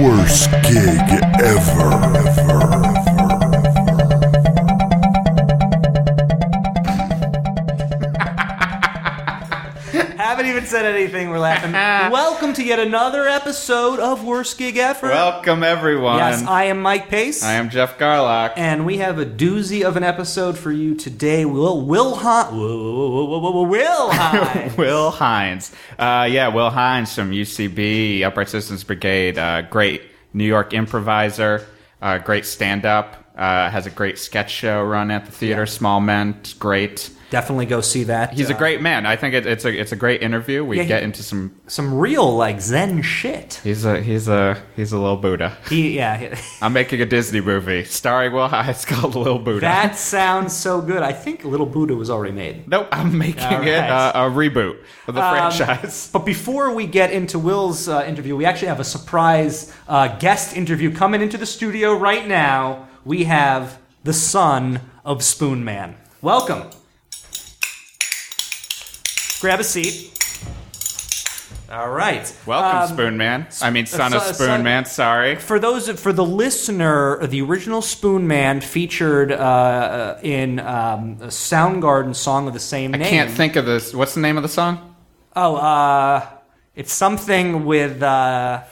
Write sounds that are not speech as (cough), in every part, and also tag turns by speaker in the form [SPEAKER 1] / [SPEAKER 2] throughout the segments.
[SPEAKER 1] Worst gig ever.
[SPEAKER 2] Haven't even said anything. We're laughing. Welcome to yet another episode of Worst Gig Ever.
[SPEAKER 3] Welcome, everyone.
[SPEAKER 2] yes, I am Mike Pace.
[SPEAKER 3] I am Jeff Garlock.
[SPEAKER 2] And we have a doozy of an episode for you today. Will Will Hine.
[SPEAKER 3] (laughs)
[SPEAKER 2] Will Hine.
[SPEAKER 3] Will Hines. Uh, yeah, Will Hines from UCB, Upright Citizens Brigade. Uh, great New York improviser, uh, great stand up, uh, has a great sketch show run at the theater, Small Men. it's Great.
[SPEAKER 2] Definitely go see that.
[SPEAKER 3] He's a
[SPEAKER 2] Uh,
[SPEAKER 3] great man. I think it, it's a it's a great interview. We
[SPEAKER 2] Yeah, he-
[SPEAKER 3] get into some.
[SPEAKER 2] some real like Zen shit.
[SPEAKER 3] He's a he's a he's a little Buddha. (laughs)
[SPEAKER 2] He yeah. he-
[SPEAKER 3] I'm making a Disney movie starring Will Hines (laughs) called Little Buddha.
[SPEAKER 2] (laughs) That sounds so good. I think Little Buddha was already made.
[SPEAKER 3] nope, I'm making
[SPEAKER 2] All
[SPEAKER 3] it
[SPEAKER 2] right.
[SPEAKER 3] uh, a reboot of the
[SPEAKER 2] Um,
[SPEAKER 3] franchise.
[SPEAKER 2] But before we get into Will's uh, interview, we actually have a surprise uh, guest interview coming into the studio right now. We have the son of Spoon Man. Welcome. Grab a seat. All right.
[SPEAKER 3] Welcome,
[SPEAKER 2] Um,
[SPEAKER 3] Spoon Man. I mean, son of
[SPEAKER 2] so-
[SPEAKER 3] Spoon
[SPEAKER 2] son-
[SPEAKER 3] Man. Sorry.
[SPEAKER 2] for those for the listener, the original Spoon Man featured uh, in um, a Soundgarden song of the same name.
[SPEAKER 3] Can't think of this. What's the name of the song?
[SPEAKER 2] Oh, uh, it's something with uh,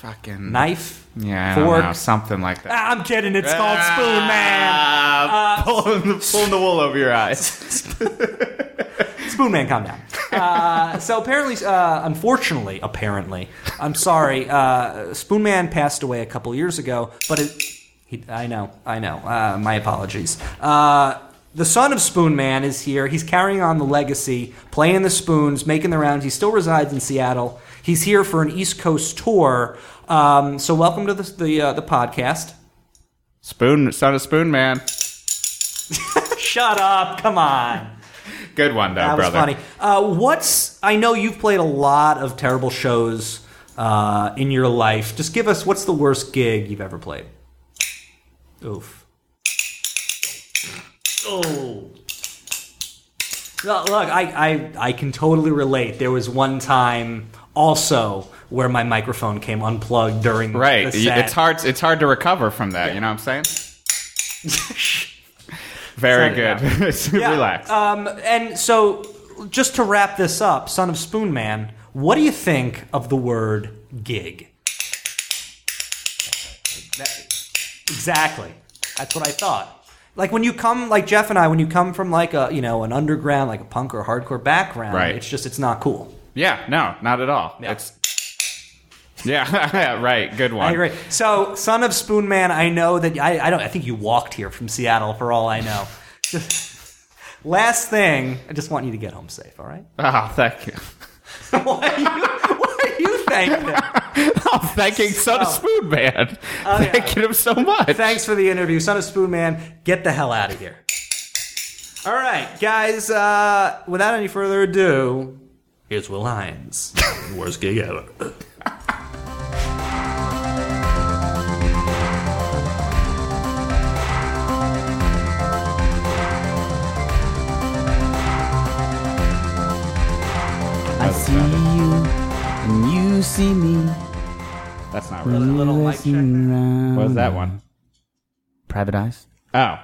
[SPEAKER 3] Fucking
[SPEAKER 2] knife,
[SPEAKER 3] Yeah, I don't
[SPEAKER 2] fork.
[SPEAKER 3] know, something like that.
[SPEAKER 2] Ah, I'm kidding. It's called Spoon Man.
[SPEAKER 3] (laughs)
[SPEAKER 2] Uh,
[SPEAKER 3] Ah, pulling, the, pulling the wool over your eyes. (laughs)
[SPEAKER 2] Spoon Man, calm down. Uh, so apparently, uh, unfortunately, apparently, I'm sorry. Uh, Spoon Man passed away a couple years ago, but it, he, I know, I know. Uh, my apologies. Uh, the son of Spoon Man is here. He's carrying on the legacy, playing the spoons, making the rounds. He still resides in Seattle. He's here for an East Coast tour. Um, so welcome to the the, uh, the podcast.
[SPEAKER 3] Spoon, son of Spoon Man.
[SPEAKER 2] Shut up! Come on.
[SPEAKER 3] Good one though,
[SPEAKER 2] That was
[SPEAKER 3] brother.
[SPEAKER 2] funny. Uh, what's I know you've played a lot of terrible shows uh, in your life. Just give us what's the worst gig you've ever played. Oof. Oh. No, Look, I, I I can totally relate. There was one time also where my microphone came unplugged during
[SPEAKER 3] Right.
[SPEAKER 2] The
[SPEAKER 3] You-
[SPEAKER 2] set.
[SPEAKER 3] It's hard. It's hard to recover from that. You know what
[SPEAKER 2] (laughs)
[SPEAKER 3] I'm saying? Very
[SPEAKER 2] Set it
[SPEAKER 3] (laughs) good. Relax.
[SPEAKER 2] Um, and so, just to wrap this up, son of Spoon Man, what do you think of the word gig? That- exactly. That's what I thought. Like when you come, like Jeff and I, when you come from like a you know an underground, like a punk or hardcore background,
[SPEAKER 3] Right.
[SPEAKER 2] it's just it's not cool.
[SPEAKER 3] yeah. No. Not at all. It's. Yeah. (laughs) right. Good one.
[SPEAKER 2] I agree. So, son of Spoon Man, I know that I, I don't. I think you walked here from Seattle, for all I know. (laughs) Last thing, I just want you to get home safe. All right.
[SPEAKER 3] Oh, thank you.
[SPEAKER 2] (laughs) why are you, why are you thanking him?
[SPEAKER 3] I'm thanking Son of
[SPEAKER 2] So- Oh,
[SPEAKER 3] Spoon Man.
[SPEAKER 2] yeah.
[SPEAKER 3] thanking him so much.
[SPEAKER 2] Thanks for the interview, son of Spoon Man. Get the hell out of here. All right, guys. Uh, without any further ado, here's Will Hines. Worst gig ever.
[SPEAKER 4] I see you, and you see me.
[SPEAKER 3] That's not really.
[SPEAKER 2] Little mic check there.
[SPEAKER 3] What was that one?
[SPEAKER 4] Private eyes.
[SPEAKER 3] Oh.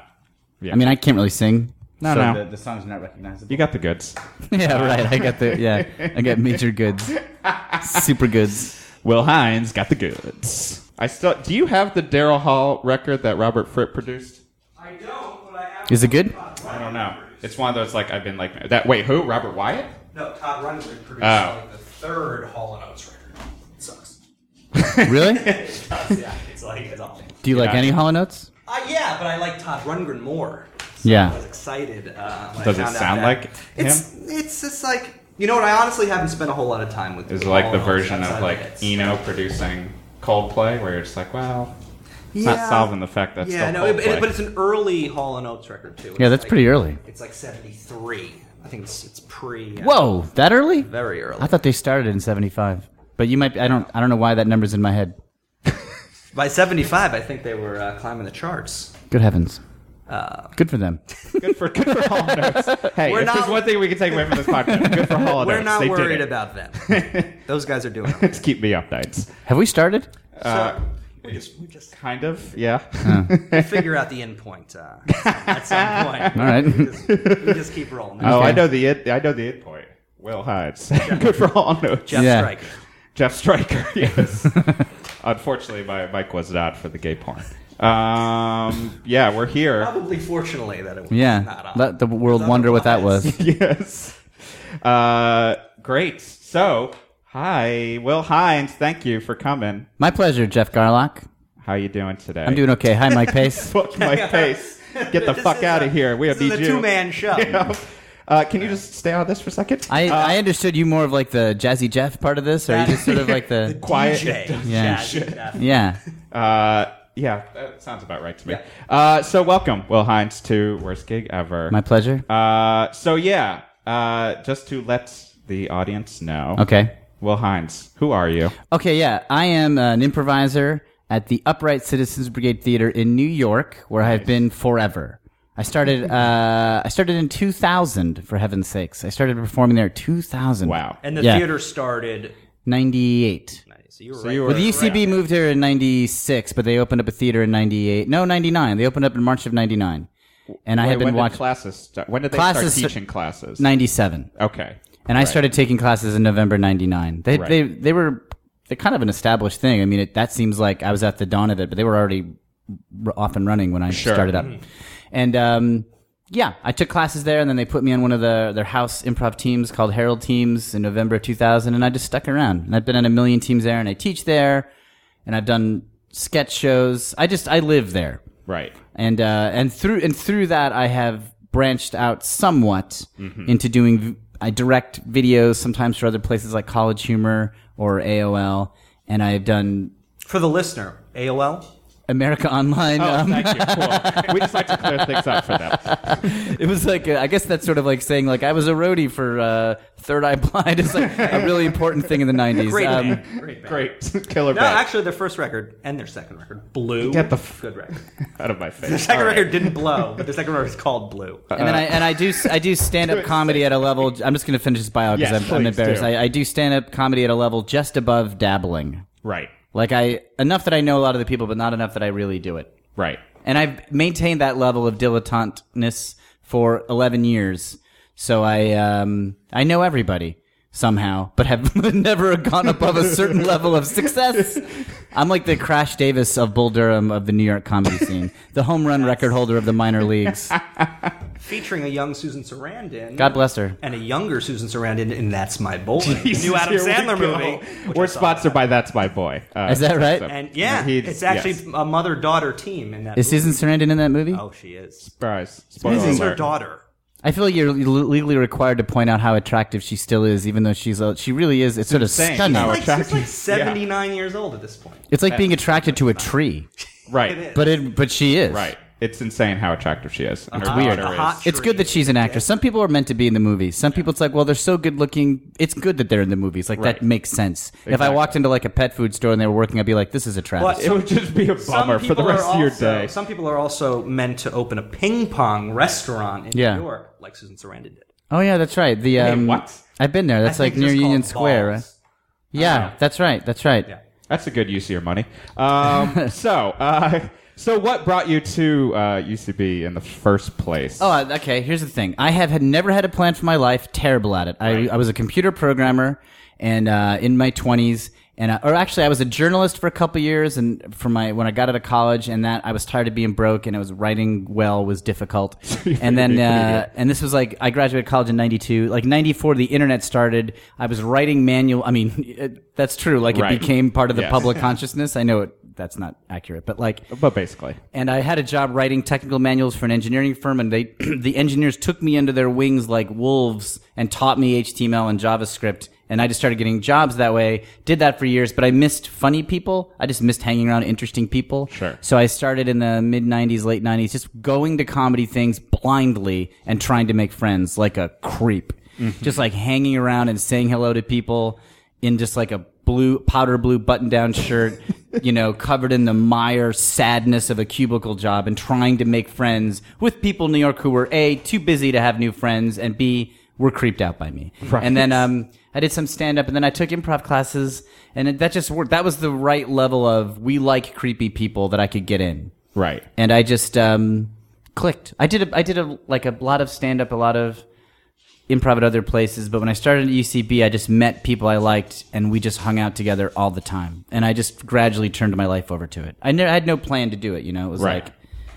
[SPEAKER 4] I mean, I can't really sing.
[SPEAKER 3] No, no.
[SPEAKER 4] the song's not recognizable.
[SPEAKER 3] you got the goods.
[SPEAKER 4] (laughs) yeah, right. I got the yeah. I got major goods, super goods.
[SPEAKER 3] Will Hines got the goods. I still. Do you have the Daryl Hall record that Robert Fripp produced?
[SPEAKER 2] I don't, but I have.
[SPEAKER 4] Is it good?
[SPEAKER 3] I don't know. It's one of those like I've been like that. Wait, who? Robert Wyatt?
[SPEAKER 2] No, Todd Rundgren produced
[SPEAKER 3] Oh.
[SPEAKER 2] like the third Hall and Oates record. It sucks.
[SPEAKER 4] Really?
[SPEAKER 2] yeah, it's like it's awful.
[SPEAKER 4] Do you like
[SPEAKER 3] Yeah.
[SPEAKER 4] any Hollow Notes?
[SPEAKER 2] Uh, yeah, but I like Todd Rundgren more. So
[SPEAKER 4] Yeah.
[SPEAKER 2] I was excited. Uh, when
[SPEAKER 3] Does
[SPEAKER 2] I
[SPEAKER 3] it
[SPEAKER 2] found out
[SPEAKER 3] sound
[SPEAKER 2] that.
[SPEAKER 3] like
[SPEAKER 2] It's it's just like you know what? I honestly haven't spent a whole lot of time with.
[SPEAKER 3] Is
[SPEAKER 2] with
[SPEAKER 3] like
[SPEAKER 2] all
[SPEAKER 3] the
[SPEAKER 2] else
[SPEAKER 3] version
[SPEAKER 2] outside
[SPEAKER 3] of like
[SPEAKER 2] hits.
[SPEAKER 3] Eno producing Coldplay, where it's like, well,
[SPEAKER 2] Yeah.
[SPEAKER 3] Not solving the fact that's
[SPEAKER 2] Yeah,
[SPEAKER 3] still
[SPEAKER 2] no, it,
[SPEAKER 3] Coldplay.
[SPEAKER 2] it- but it's
[SPEAKER 3] (laughs)
[SPEAKER 2] an early Hall and Oates record too.
[SPEAKER 4] Yeah,
[SPEAKER 2] It's
[SPEAKER 4] that's
[SPEAKER 2] like-
[SPEAKER 4] pretty early.
[SPEAKER 2] It's like '73. I think it's it's pre. uh,
[SPEAKER 4] Whoa, that early?
[SPEAKER 2] Very early.
[SPEAKER 4] I thought they started in '75, but you might. I don't. I don't know why that number's in my head.
[SPEAKER 2] By '75, I think they were uh, climbing the charts.
[SPEAKER 4] Good heavens. Good for them.
[SPEAKER 3] good for good for Hall and Oates. Hey,
[SPEAKER 2] We're
[SPEAKER 3] if
[SPEAKER 2] not-
[SPEAKER 3] there's one thing we can take away from this podcast, good for Hall
[SPEAKER 2] (laughs)
[SPEAKER 3] and
[SPEAKER 2] We're
[SPEAKER 3] Oates.
[SPEAKER 2] not
[SPEAKER 3] They did
[SPEAKER 2] worried
[SPEAKER 3] it.
[SPEAKER 2] about
[SPEAKER 3] (laughs)
[SPEAKER 2] them. Those guys are doing. it.
[SPEAKER 3] Let's keep me updates.
[SPEAKER 4] Have we started?
[SPEAKER 3] Uh,
[SPEAKER 2] We just we just
[SPEAKER 3] kind of, yeah.
[SPEAKER 2] Oh, figure out the end point uh, at
[SPEAKER 4] (laughs)
[SPEAKER 2] some point.
[SPEAKER 4] All right.
[SPEAKER 2] We just, we just keep rolling.
[SPEAKER 3] (laughs) Oh, I
[SPEAKER 4] Okay.
[SPEAKER 3] know the it, I know the end point. Will (laughs) Hines. good for Hall and Oates.
[SPEAKER 2] Jeff
[SPEAKER 4] yeah.
[SPEAKER 2] Stryker.
[SPEAKER 3] Jeff Stryker, (laughs)
[SPEAKER 2] (laughs)
[SPEAKER 3] yes. Unfortunately, my mic was not for the gay porn. Um, yeah,
[SPEAKER 2] (laughs)
[SPEAKER 3] we're here. (laughs)
[SPEAKER 2] Probably fortunately that it was not
[SPEAKER 4] Yeah.
[SPEAKER 2] on.
[SPEAKER 4] Let the world
[SPEAKER 2] Because
[SPEAKER 4] wonder what that
[SPEAKER 2] otherwise-
[SPEAKER 3] (laughs)
[SPEAKER 4] was.
[SPEAKER 3] yes. Uh, great. So, hi, Will Hines. Thank you for coming.
[SPEAKER 4] My pleasure, Jeff Garlock.
[SPEAKER 3] How you doing today?
[SPEAKER 4] I'm doing okay. Hi, Mike Pace.
[SPEAKER 3] (laughs) Fuck
[SPEAKER 2] (laughs)
[SPEAKER 3] my face. Get the
[SPEAKER 2] This
[SPEAKER 3] fuck
[SPEAKER 2] is
[SPEAKER 3] out
[SPEAKER 2] a-
[SPEAKER 3] of here. We
[SPEAKER 2] this
[SPEAKER 3] have need
[SPEAKER 2] is a
[SPEAKER 3] you.
[SPEAKER 2] two-man show.
[SPEAKER 3] (laughs) Yeah. Uh, can you just stay on this for a second?
[SPEAKER 4] I,
[SPEAKER 3] Uh,
[SPEAKER 4] I understood you more of like the Jazzy Jeff part of this, or you just sort of
[SPEAKER 3] (laughs)
[SPEAKER 4] like the.
[SPEAKER 3] quiet.
[SPEAKER 2] DJ.
[SPEAKER 4] Yeah.
[SPEAKER 2] Jazzy Jeff.
[SPEAKER 4] Yeah.
[SPEAKER 3] Uh, yeah, that sounds about right to me. Uh, so welcome, Will Hines, to worst gig ever.
[SPEAKER 4] My pleasure.
[SPEAKER 3] Uh, so yeah, uh, just to let the audience know.
[SPEAKER 4] Okay.
[SPEAKER 3] Will Hines, who are you?
[SPEAKER 4] Okay, yeah. I am an improviser at the Upright Citizens Brigade Theater in New York, where I've been forever.
[SPEAKER 3] (laughs)
[SPEAKER 4] I started. Uh, I started in 2000. For heaven's sakes, I started performing there at 2000.
[SPEAKER 3] Wow.
[SPEAKER 2] And the
[SPEAKER 4] Yeah.
[SPEAKER 2] theater started.
[SPEAKER 4] 98.
[SPEAKER 2] So you were
[SPEAKER 3] So
[SPEAKER 2] right
[SPEAKER 3] you
[SPEAKER 4] Well,
[SPEAKER 3] were-
[SPEAKER 4] the UCB moved here in 96, but they opened up a theater in 98. No, 99. They opened up in March of 99. And I
[SPEAKER 3] Wait, when
[SPEAKER 4] had been
[SPEAKER 3] did
[SPEAKER 4] watching
[SPEAKER 3] classes. Start? When did they
[SPEAKER 4] Classes sta-
[SPEAKER 3] start teaching classes?
[SPEAKER 4] 97.
[SPEAKER 3] Okay.
[SPEAKER 4] And I
[SPEAKER 3] Right.
[SPEAKER 4] started taking classes in November 99. They,
[SPEAKER 3] Right.
[SPEAKER 4] they, they were they're kind of an established thing. I mean, it, that seems like I was at the dawn of it, but they were already r- off and running when I
[SPEAKER 3] Sure. Mm-hmm.
[SPEAKER 4] started up. And um, yeah, I took classes there, and then they put me on one of the, their house improv teams called Herald Teams in November of 2000, and I just stuck around. And I've been on a million teams there, and I teach there, and I've done sketch shows. I just, I live there
[SPEAKER 3] Right.
[SPEAKER 4] and uh, and through and through that I have branched out somewhat
[SPEAKER 3] Mm-hmm.
[SPEAKER 4] into doing v- I direct videos sometimes for other places like College Humor or AOL, and I've done
[SPEAKER 2] For the listener, AOL.
[SPEAKER 4] America (laughs) Online.
[SPEAKER 3] Oh,
[SPEAKER 4] um,
[SPEAKER 3] thank you. Cool. we just like to clear things up for them.
[SPEAKER 4] it was like uh, I guess that's sort of like saying like I was a roadie for uh, Third Eye Blind. (laughs) It's like a really important thing in the
[SPEAKER 3] (laughs)
[SPEAKER 4] nineties. Um,
[SPEAKER 2] Great band. Great band.
[SPEAKER 3] Great. (laughs) Killer
[SPEAKER 2] No,
[SPEAKER 3] band.
[SPEAKER 2] actually, their first record and their second record, Blue.
[SPEAKER 3] Get the f-
[SPEAKER 2] good record.
[SPEAKER 3] Out of my face.
[SPEAKER 2] The second
[SPEAKER 3] All right.
[SPEAKER 2] record didn't blow, but the second record is called
[SPEAKER 3] (laughs)
[SPEAKER 2] Blue.
[SPEAKER 4] and then I and I do I do stand up comedy at a level. I'm just going to finish this bio because
[SPEAKER 3] Yes,
[SPEAKER 4] I'm, I'm
[SPEAKER 3] please
[SPEAKER 4] embarrassed.
[SPEAKER 3] do.
[SPEAKER 4] I, I do stand up comedy at a level just above dabbling.
[SPEAKER 3] Right.
[SPEAKER 4] Like I enough that I know a lot of the people, but not enough that I really do it.
[SPEAKER 3] Right.
[SPEAKER 4] And I've maintained that level of dilettantness for eleven years. So I um I know everybody somehow, but have (laughs) never gone above a certain level of success. I'm like the Crash Davis of Bull Durham of the New York comedy scene, the home run record holder of the minor leagues.
[SPEAKER 2] Featuring a young Susan Sarandon.
[SPEAKER 4] God
[SPEAKER 3] (laughs)
[SPEAKER 4] bless her.
[SPEAKER 2] And a younger Susan Sarandon in That's My Boy.
[SPEAKER 3] Jesus,
[SPEAKER 2] New Adam
[SPEAKER 3] here we
[SPEAKER 2] Sandler
[SPEAKER 3] go.
[SPEAKER 2] movie. which I
[SPEAKER 3] We're
[SPEAKER 2] saw.
[SPEAKER 3] sponsored by That's My Boy. Uh,
[SPEAKER 4] Is that right?
[SPEAKER 2] And yeah,
[SPEAKER 3] He's-
[SPEAKER 2] it's actually
[SPEAKER 3] yes.
[SPEAKER 2] a mother daughter team in that.
[SPEAKER 4] Is
[SPEAKER 2] movie.
[SPEAKER 4] Susan Sarandon in that movie?
[SPEAKER 2] Oh, she is.
[SPEAKER 3] Surprise.
[SPEAKER 2] This
[SPEAKER 3] Spoiler
[SPEAKER 2] is her
[SPEAKER 3] alert.
[SPEAKER 2] daughter.
[SPEAKER 4] I feel like you're le- legally required to point out how attractive she still is, even though she's a, she really is. It's sort of
[SPEAKER 3] insane
[SPEAKER 4] stunning.
[SPEAKER 3] how
[SPEAKER 2] Like, she's like
[SPEAKER 3] attractive.
[SPEAKER 2] 79 years old at this point.
[SPEAKER 4] It's like being attracted to a tree,
[SPEAKER 3] Right.
[SPEAKER 2] It is.
[SPEAKER 4] (laughs) but it but she is
[SPEAKER 3] Right. It's insane how attractive she is. And her
[SPEAKER 4] weird.
[SPEAKER 3] daughter
[SPEAKER 2] A hot-
[SPEAKER 4] It's good that she's an actress. Some people are meant to be in the movies. Some people, it's like, well, they're so good looking. It's good that they're in the movies. Like that
[SPEAKER 3] Right.
[SPEAKER 4] makes sense. If I
[SPEAKER 3] Exactly.
[SPEAKER 4] walked into like a pet food store and they were working, I'd be like, this is a
[SPEAKER 2] But
[SPEAKER 4] travesty.
[SPEAKER 3] is- It would just be a bummer for the
[SPEAKER 2] people
[SPEAKER 3] rest
[SPEAKER 2] are
[SPEAKER 3] of your
[SPEAKER 2] also-
[SPEAKER 3] day.
[SPEAKER 2] Some people are also meant to open a ping pong restaurant in
[SPEAKER 4] Yeah.
[SPEAKER 2] New York, like Susan Sarandon did.
[SPEAKER 4] oh yeah, that's right. The um,
[SPEAKER 3] what?
[SPEAKER 4] I've been there. That's
[SPEAKER 2] I
[SPEAKER 4] like
[SPEAKER 2] think
[SPEAKER 4] near
[SPEAKER 2] it's called
[SPEAKER 4] Union Square.
[SPEAKER 2] Balls.
[SPEAKER 4] right? Yeah, that's right. That's right.
[SPEAKER 2] Yeah.
[SPEAKER 3] That's a good use of your money.
[SPEAKER 4] (laughs)
[SPEAKER 3] Um, so, uh, so what brought you to uh, UCB in the first place?
[SPEAKER 4] Oh, uh, okay. Here's the thing. I have had never had a plan for my life. Terrible at it. I, I was a computer programmer, and uh, in my 20s, and uh, or actually, I was a journalist for a couple years, and for my when I got out of college, and that I was tired of being broke, and it was writing well
[SPEAKER 3] (laughs)
[SPEAKER 4] was difficult, and then uh, and this was like I graduated college in '92, like '94, the internet started. I was writing manual. I mean, (laughs) it, that's true. Like
[SPEAKER 3] Right.
[SPEAKER 4] it became part of the
[SPEAKER 3] Yes.
[SPEAKER 4] public consciousness. I know it that's not accurate, but like
[SPEAKER 3] But basically,
[SPEAKER 4] and I had a job writing technical manuals for an engineering firm, and they (clears throat) the engineers took me under their wings like wolves and taught me HTML and JavaScript, and I just started getting jobs that way. Did that for years, but I missed funny people. I just missed hanging around interesting people.
[SPEAKER 3] Sure.
[SPEAKER 4] So I started in the mid '90s, late '90s, just going to comedy things blindly and trying to make friends like a creep, just like hanging around and saying hello to people in just like a blue powder blue button down shirt, (laughs) you know, covered in the mire sadness of a cubicle job and trying to make friends with people in New York who were A, too busy to have new friends and B, were creeped out by me. And then um I did some stand up and then I took improv classes and it, that just worked. That was the right level of we like creepy people that I could get in
[SPEAKER 3] right?
[SPEAKER 4] and I just um, clicked. I did a, I did a like a lot of stand up, a lot of improv at other places, but when I started at UCB, I just met people I liked, and we just hung out together all the time. And I just gradually turned my life over to it. I, ne- I had no plan to do it. You know, it was
[SPEAKER 3] Right.
[SPEAKER 4] like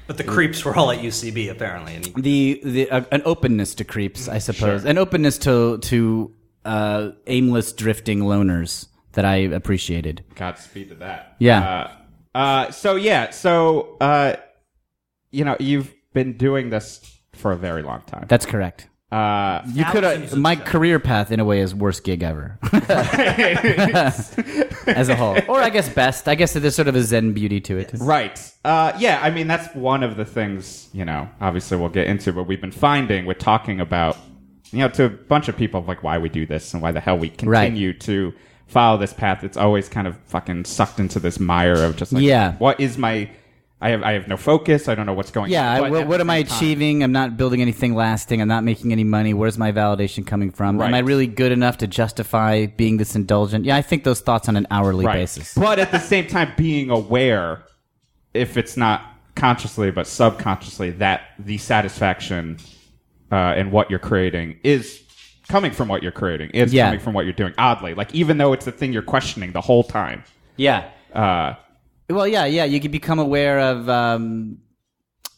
[SPEAKER 2] But the creeps were all at UCB apparently. And
[SPEAKER 4] the the uh, an openness to creeps, I suppose, an openness to to uh, aimless drifting loners that I appreciated.
[SPEAKER 3] Godspeed to that.
[SPEAKER 4] Yeah.
[SPEAKER 3] Uh, uh, so yeah. So uh, you know, you've been doing this for a very long time.
[SPEAKER 4] That's correct.
[SPEAKER 3] Uh,
[SPEAKER 4] You could have my career path in a way is worst gig ever, (laughs) as a whole, or I guess best. I guess that there's sort of a zen beauty to it.
[SPEAKER 3] Right. Uh, yeah, I mean, that's one of the things, you know, obviously we'll get into, but we've been finding, we're talking about, you know, to a bunch of people, like why we do this and why the hell we continue to follow this path. It's always kind of fucking sucked into this mire of just like,
[SPEAKER 4] Yeah.
[SPEAKER 3] what is my, I have, I have no focus. I don't know what's going
[SPEAKER 4] Yeah,
[SPEAKER 3] on.
[SPEAKER 4] I,
[SPEAKER 3] But
[SPEAKER 4] what,
[SPEAKER 3] at
[SPEAKER 4] what
[SPEAKER 3] the
[SPEAKER 4] am I
[SPEAKER 3] same time-
[SPEAKER 4] achieving? I'm not building anything lasting. I'm not making any money. Where's my validation coming from? Am I
[SPEAKER 3] Right.
[SPEAKER 4] really good enough to justify being this indulgent? Yeah, I think those thoughts on an hourly
[SPEAKER 3] Right.
[SPEAKER 4] basis.
[SPEAKER 3] But at the same time, being aware, if it's not consciously but subconsciously, that the satisfaction uh, in what you're creating is coming from what you're creating. It's
[SPEAKER 4] Yeah.
[SPEAKER 3] coming from what you're doing. Oddly, like even though it's the thing you're questioning the whole time.
[SPEAKER 4] Yeah.
[SPEAKER 3] Uh,
[SPEAKER 4] Well, yeah, yeah. You can become aware of um,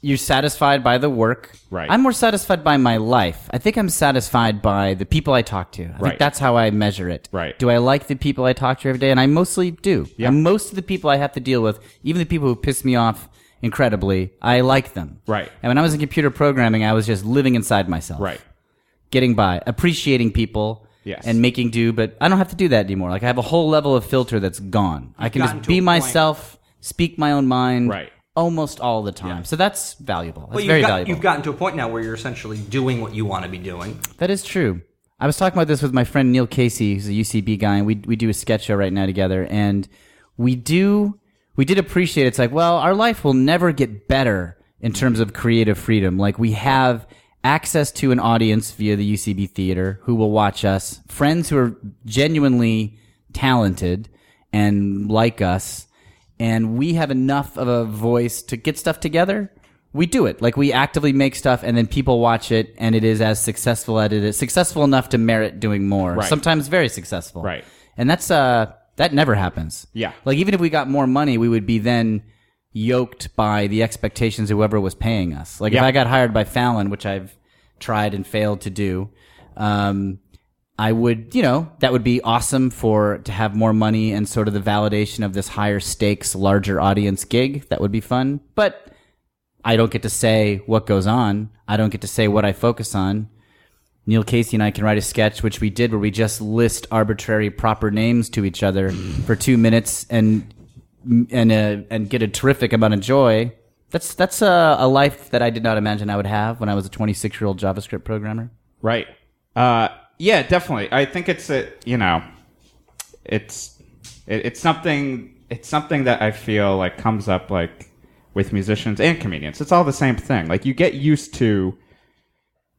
[SPEAKER 4] you're satisfied by the work.
[SPEAKER 3] Right.
[SPEAKER 4] I'm more satisfied by my life. I think I'm satisfied by the people I talk to. I
[SPEAKER 3] Right.
[SPEAKER 4] think that's how I measure it.
[SPEAKER 3] Right.
[SPEAKER 4] Do I like the people I talk to every day? And I mostly do.
[SPEAKER 3] Yeah.
[SPEAKER 4] And most of the people I have to deal with, even the people who piss me off incredibly, I like them.
[SPEAKER 3] Right.
[SPEAKER 4] And when I was in computer programming, I was just living inside myself
[SPEAKER 3] right.
[SPEAKER 4] getting by, appreciating people,
[SPEAKER 3] Yes.
[SPEAKER 4] and making do. But I don't have to do that anymore. Like I have a whole level of filter that's gone. I can
[SPEAKER 5] gotten
[SPEAKER 4] just
[SPEAKER 5] to a
[SPEAKER 4] be
[SPEAKER 5] point.
[SPEAKER 4] myself, speak my own mind,
[SPEAKER 3] Right.
[SPEAKER 4] Almost all the time. So that's valuable. That's
[SPEAKER 5] Well, you've,
[SPEAKER 4] very
[SPEAKER 5] got-
[SPEAKER 4] valuable.
[SPEAKER 5] you've gotten to a point now where you're essentially doing what you want to be doing.
[SPEAKER 4] That is true. I was talking about this with my friend Neil Casey, who's a UCB guy, and we we do a sketch show right now together, and we do we did appreciate it. it's like, well, our life will never get better in terms of creative freedom. Like we have access to an audience via the UCB theater who will watch us, friends who are genuinely talented and like us, and we have enough of a voice to get stuff together, we do it. Like we actively make stuff and then people watch it and it is as successful at it is successful enough to merit doing more. Sometimes very successful.
[SPEAKER 3] Right.
[SPEAKER 4] And that's uh that never happens.
[SPEAKER 3] Yeah.
[SPEAKER 4] Like even if we got more money, we would be then yoked by the expectations of whoever was paying us. Like if
[SPEAKER 3] Yeah.
[SPEAKER 4] I got hired by Fallon, which I've tried and failed to do, um, I would, you know, that would be awesome for to have more money and sort of the validation of this higher stakes, larger audience gig. That would be fun. But I don't get to say what goes on. I don't get to say what I focus on. Neil Casey and I can write a sketch, which we did, where we just list arbitrary proper names to each other for two minutes and and uh, and get a terrific amount of joy. That's that's a, a life that I did not imagine I would have when I was a 26 year old JavaScript programmer.
[SPEAKER 3] Right. Uh, yeah, definitely. I think it's a you know, it's it, it's something it's something that I feel like comes up like with musicians and comedians. It's all the same thing. Like you get used to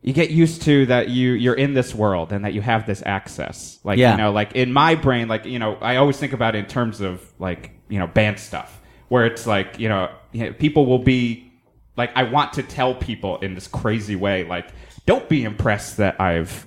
[SPEAKER 3] you get used to that you you're in this world and that you have this access. Like
[SPEAKER 4] Yeah.
[SPEAKER 3] you know, like in my brain, like you know, I always think about it in terms of like you know band stuff, where it's like you know, you know, people will be like I want to tell people in this crazy way, like don't be impressed that I've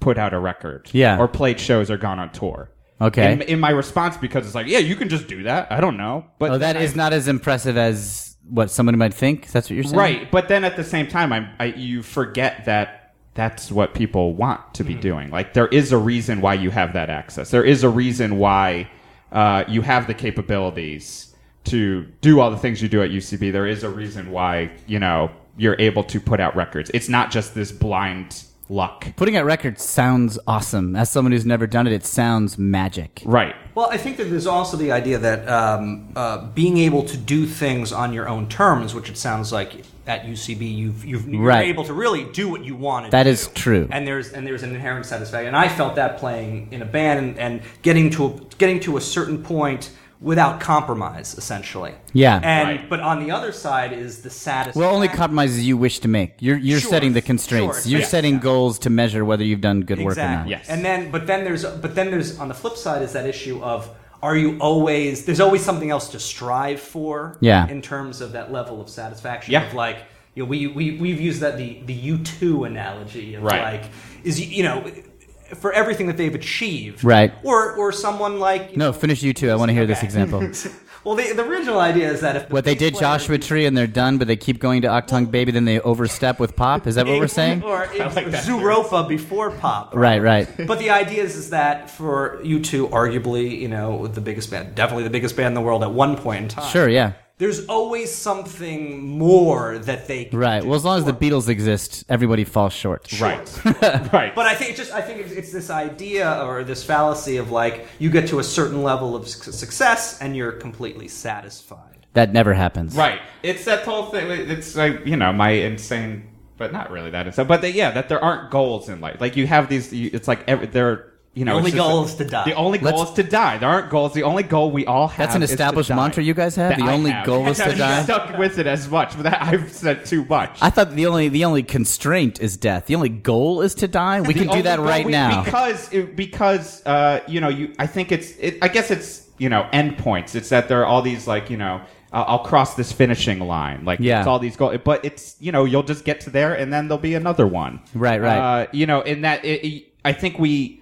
[SPEAKER 3] put out a record,
[SPEAKER 4] Yeah.
[SPEAKER 3] or played shows or gone on tour.
[SPEAKER 4] Okay.
[SPEAKER 3] In, in my response, because it's like, yeah, you can just do that. I don't know, but
[SPEAKER 4] Oh, that is not as impressive as what somebody might think. That's what you're saying,
[SPEAKER 3] Right, but then at the same time, I'm, I you forget that that's what people want to be doing. Like there is a reason why you have that access. There is a reason why uh, you have the capabilities to do all the things you do at UCB, there is a reason why you know you're able to put out records. It's not just this blind luck,
[SPEAKER 4] Putting out records sounds awesome. As someone who's never done it, it sounds magic.
[SPEAKER 3] right?
[SPEAKER 2] Well, I think that there's also the idea that um, uh, being able to do things on your own terms, which it sounds like at UCB you've, you've you're
[SPEAKER 4] Right.
[SPEAKER 2] able to really do what you wanted.
[SPEAKER 4] That
[SPEAKER 2] That is
[SPEAKER 4] is true.
[SPEAKER 2] And there's and there's an inherent satisfaction, and I felt that playing in a band and, and getting to a, getting to a certain point without compromise, essentially.
[SPEAKER 4] Yeah.
[SPEAKER 2] And
[SPEAKER 3] Right.
[SPEAKER 2] but on the other side is the satisfaction.
[SPEAKER 4] Well, only compromises you wish to make. You're you're
[SPEAKER 2] Sure.
[SPEAKER 4] setting the constraints.
[SPEAKER 2] Sure.
[SPEAKER 4] You're
[SPEAKER 2] Yeah.
[SPEAKER 4] setting goals to measure whether you've done good work or
[SPEAKER 2] exactly.
[SPEAKER 4] not.
[SPEAKER 3] Yes.
[SPEAKER 2] And then, but then there's, but then there's on the flip side is that issue of are you always there's always something else to strive for.
[SPEAKER 4] Yeah.
[SPEAKER 2] In terms of that level of satisfaction
[SPEAKER 3] Yeah.
[SPEAKER 2] of like you know we we we've used that the the U two analogy of
[SPEAKER 3] Right.
[SPEAKER 2] like is you know for everything that they've achieved
[SPEAKER 4] Right.
[SPEAKER 2] or or someone like you
[SPEAKER 4] No,
[SPEAKER 2] know,
[SPEAKER 4] finish you two. I want to hear this
[SPEAKER 2] Okay.
[SPEAKER 4] example.
[SPEAKER 3] (laughs)
[SPEAKER 2] (laughs) well the, the original idea is that if the
[SPEAKER 4] What they
[SPEAKER 2] bass
[SPEAKER 4] did,
[SPEAKER 2] player-
[SPEAKER 4] Joshua Tree, and they're done, but they keep going to Octung Baby, then they overstep with Pop. Is that what we're
[SPEAKER 3] (laughs)
[SPEAKER 2] (laughs)
[SPEAKER 4] saying?
[SPEAKER 2] or Zuropa before pop
[SPEAKER 4] Right, right.
[SPEAKER 2] but the idea is, is that for you two, arguably, you know, the biggest band, definitely the biggest band in the world at one point in time.
[SPEAKER 4] Sure, yeah.
[SPEAKER 2] There's always something more that they can
[SPEAKER 4] Right.
[SPEAKER 2] do.
[SPEAKER 4] Well, as long as the Beatles exist, everybody falls short. (laughs)
[SPEAKER 3] Right. right.
[SPEAKER 2] But I think it's just I think it's, it's this idea or this fallacy of like you get to a certain level of su- success and you're completely satisfied.
[SPEAKER 4] That never happens.
[SPEAKER 3] Right. It's that whole thing. It's like you know my insane, but not really that insane. But they, yeah, that there aren't goals in life. Like you have these. You, it's like every, there. You know,
[SPEAKER 2] The
[SPEAKER 3] it's
[SPEAKER 2] only
[SPEAKER 3] just-
[SPEAKER 2] goal is to die.
[SPEAKER 3] The only goal
[SPEAKER 4] Let's-
[SPEAKER 3] is to die. There aren't goals. The only goal we all have.
[SPEAKER 4] That's an
[SPEAKER 3] is to
[SPEAKER 4] established
[SPEAKER 3] die.
[SPEAKER 4] mantra you guys have?
[SPEAKER 3] (laughs) That
[SPEAKER 4] The
[SPEAKER 3] I
[SPEAKER 4] only
[SPEAKER 3] have.
[SPEAKER 4] goal is to
[SPEAKER 3] I've
[SPEAKER 4] die?
[SPEAKER 3] Stuck with it as much, but that I've said too much.
[SPEAKER 4] I thought the only the only constraint is death. The only goal is to die. We
[SPEAKER 3] The
[SPEAKER 4] can do
[SPEAKER 3] only
[SPEAKER 4] that
[SPEAKER 3] goal
[SPEAKER 4] right
[SPEAKER 3] we-
[SPEAKER 4] now.
[SPEAKER 3] because it- because uh, you know you I think it's it, I guess it's you know endpoints. It's that there are all these like you know I'll, I'll cross this finishing line like
[SPEAKER 4] Yeah.
[SPEAKER 3] it's all these goals, but it's you know you'll just get to there and then there'll be another one.
[SPEAKER 4] Right, right.
[SPEAKER 3] Uh, you know, in that it, it, I think we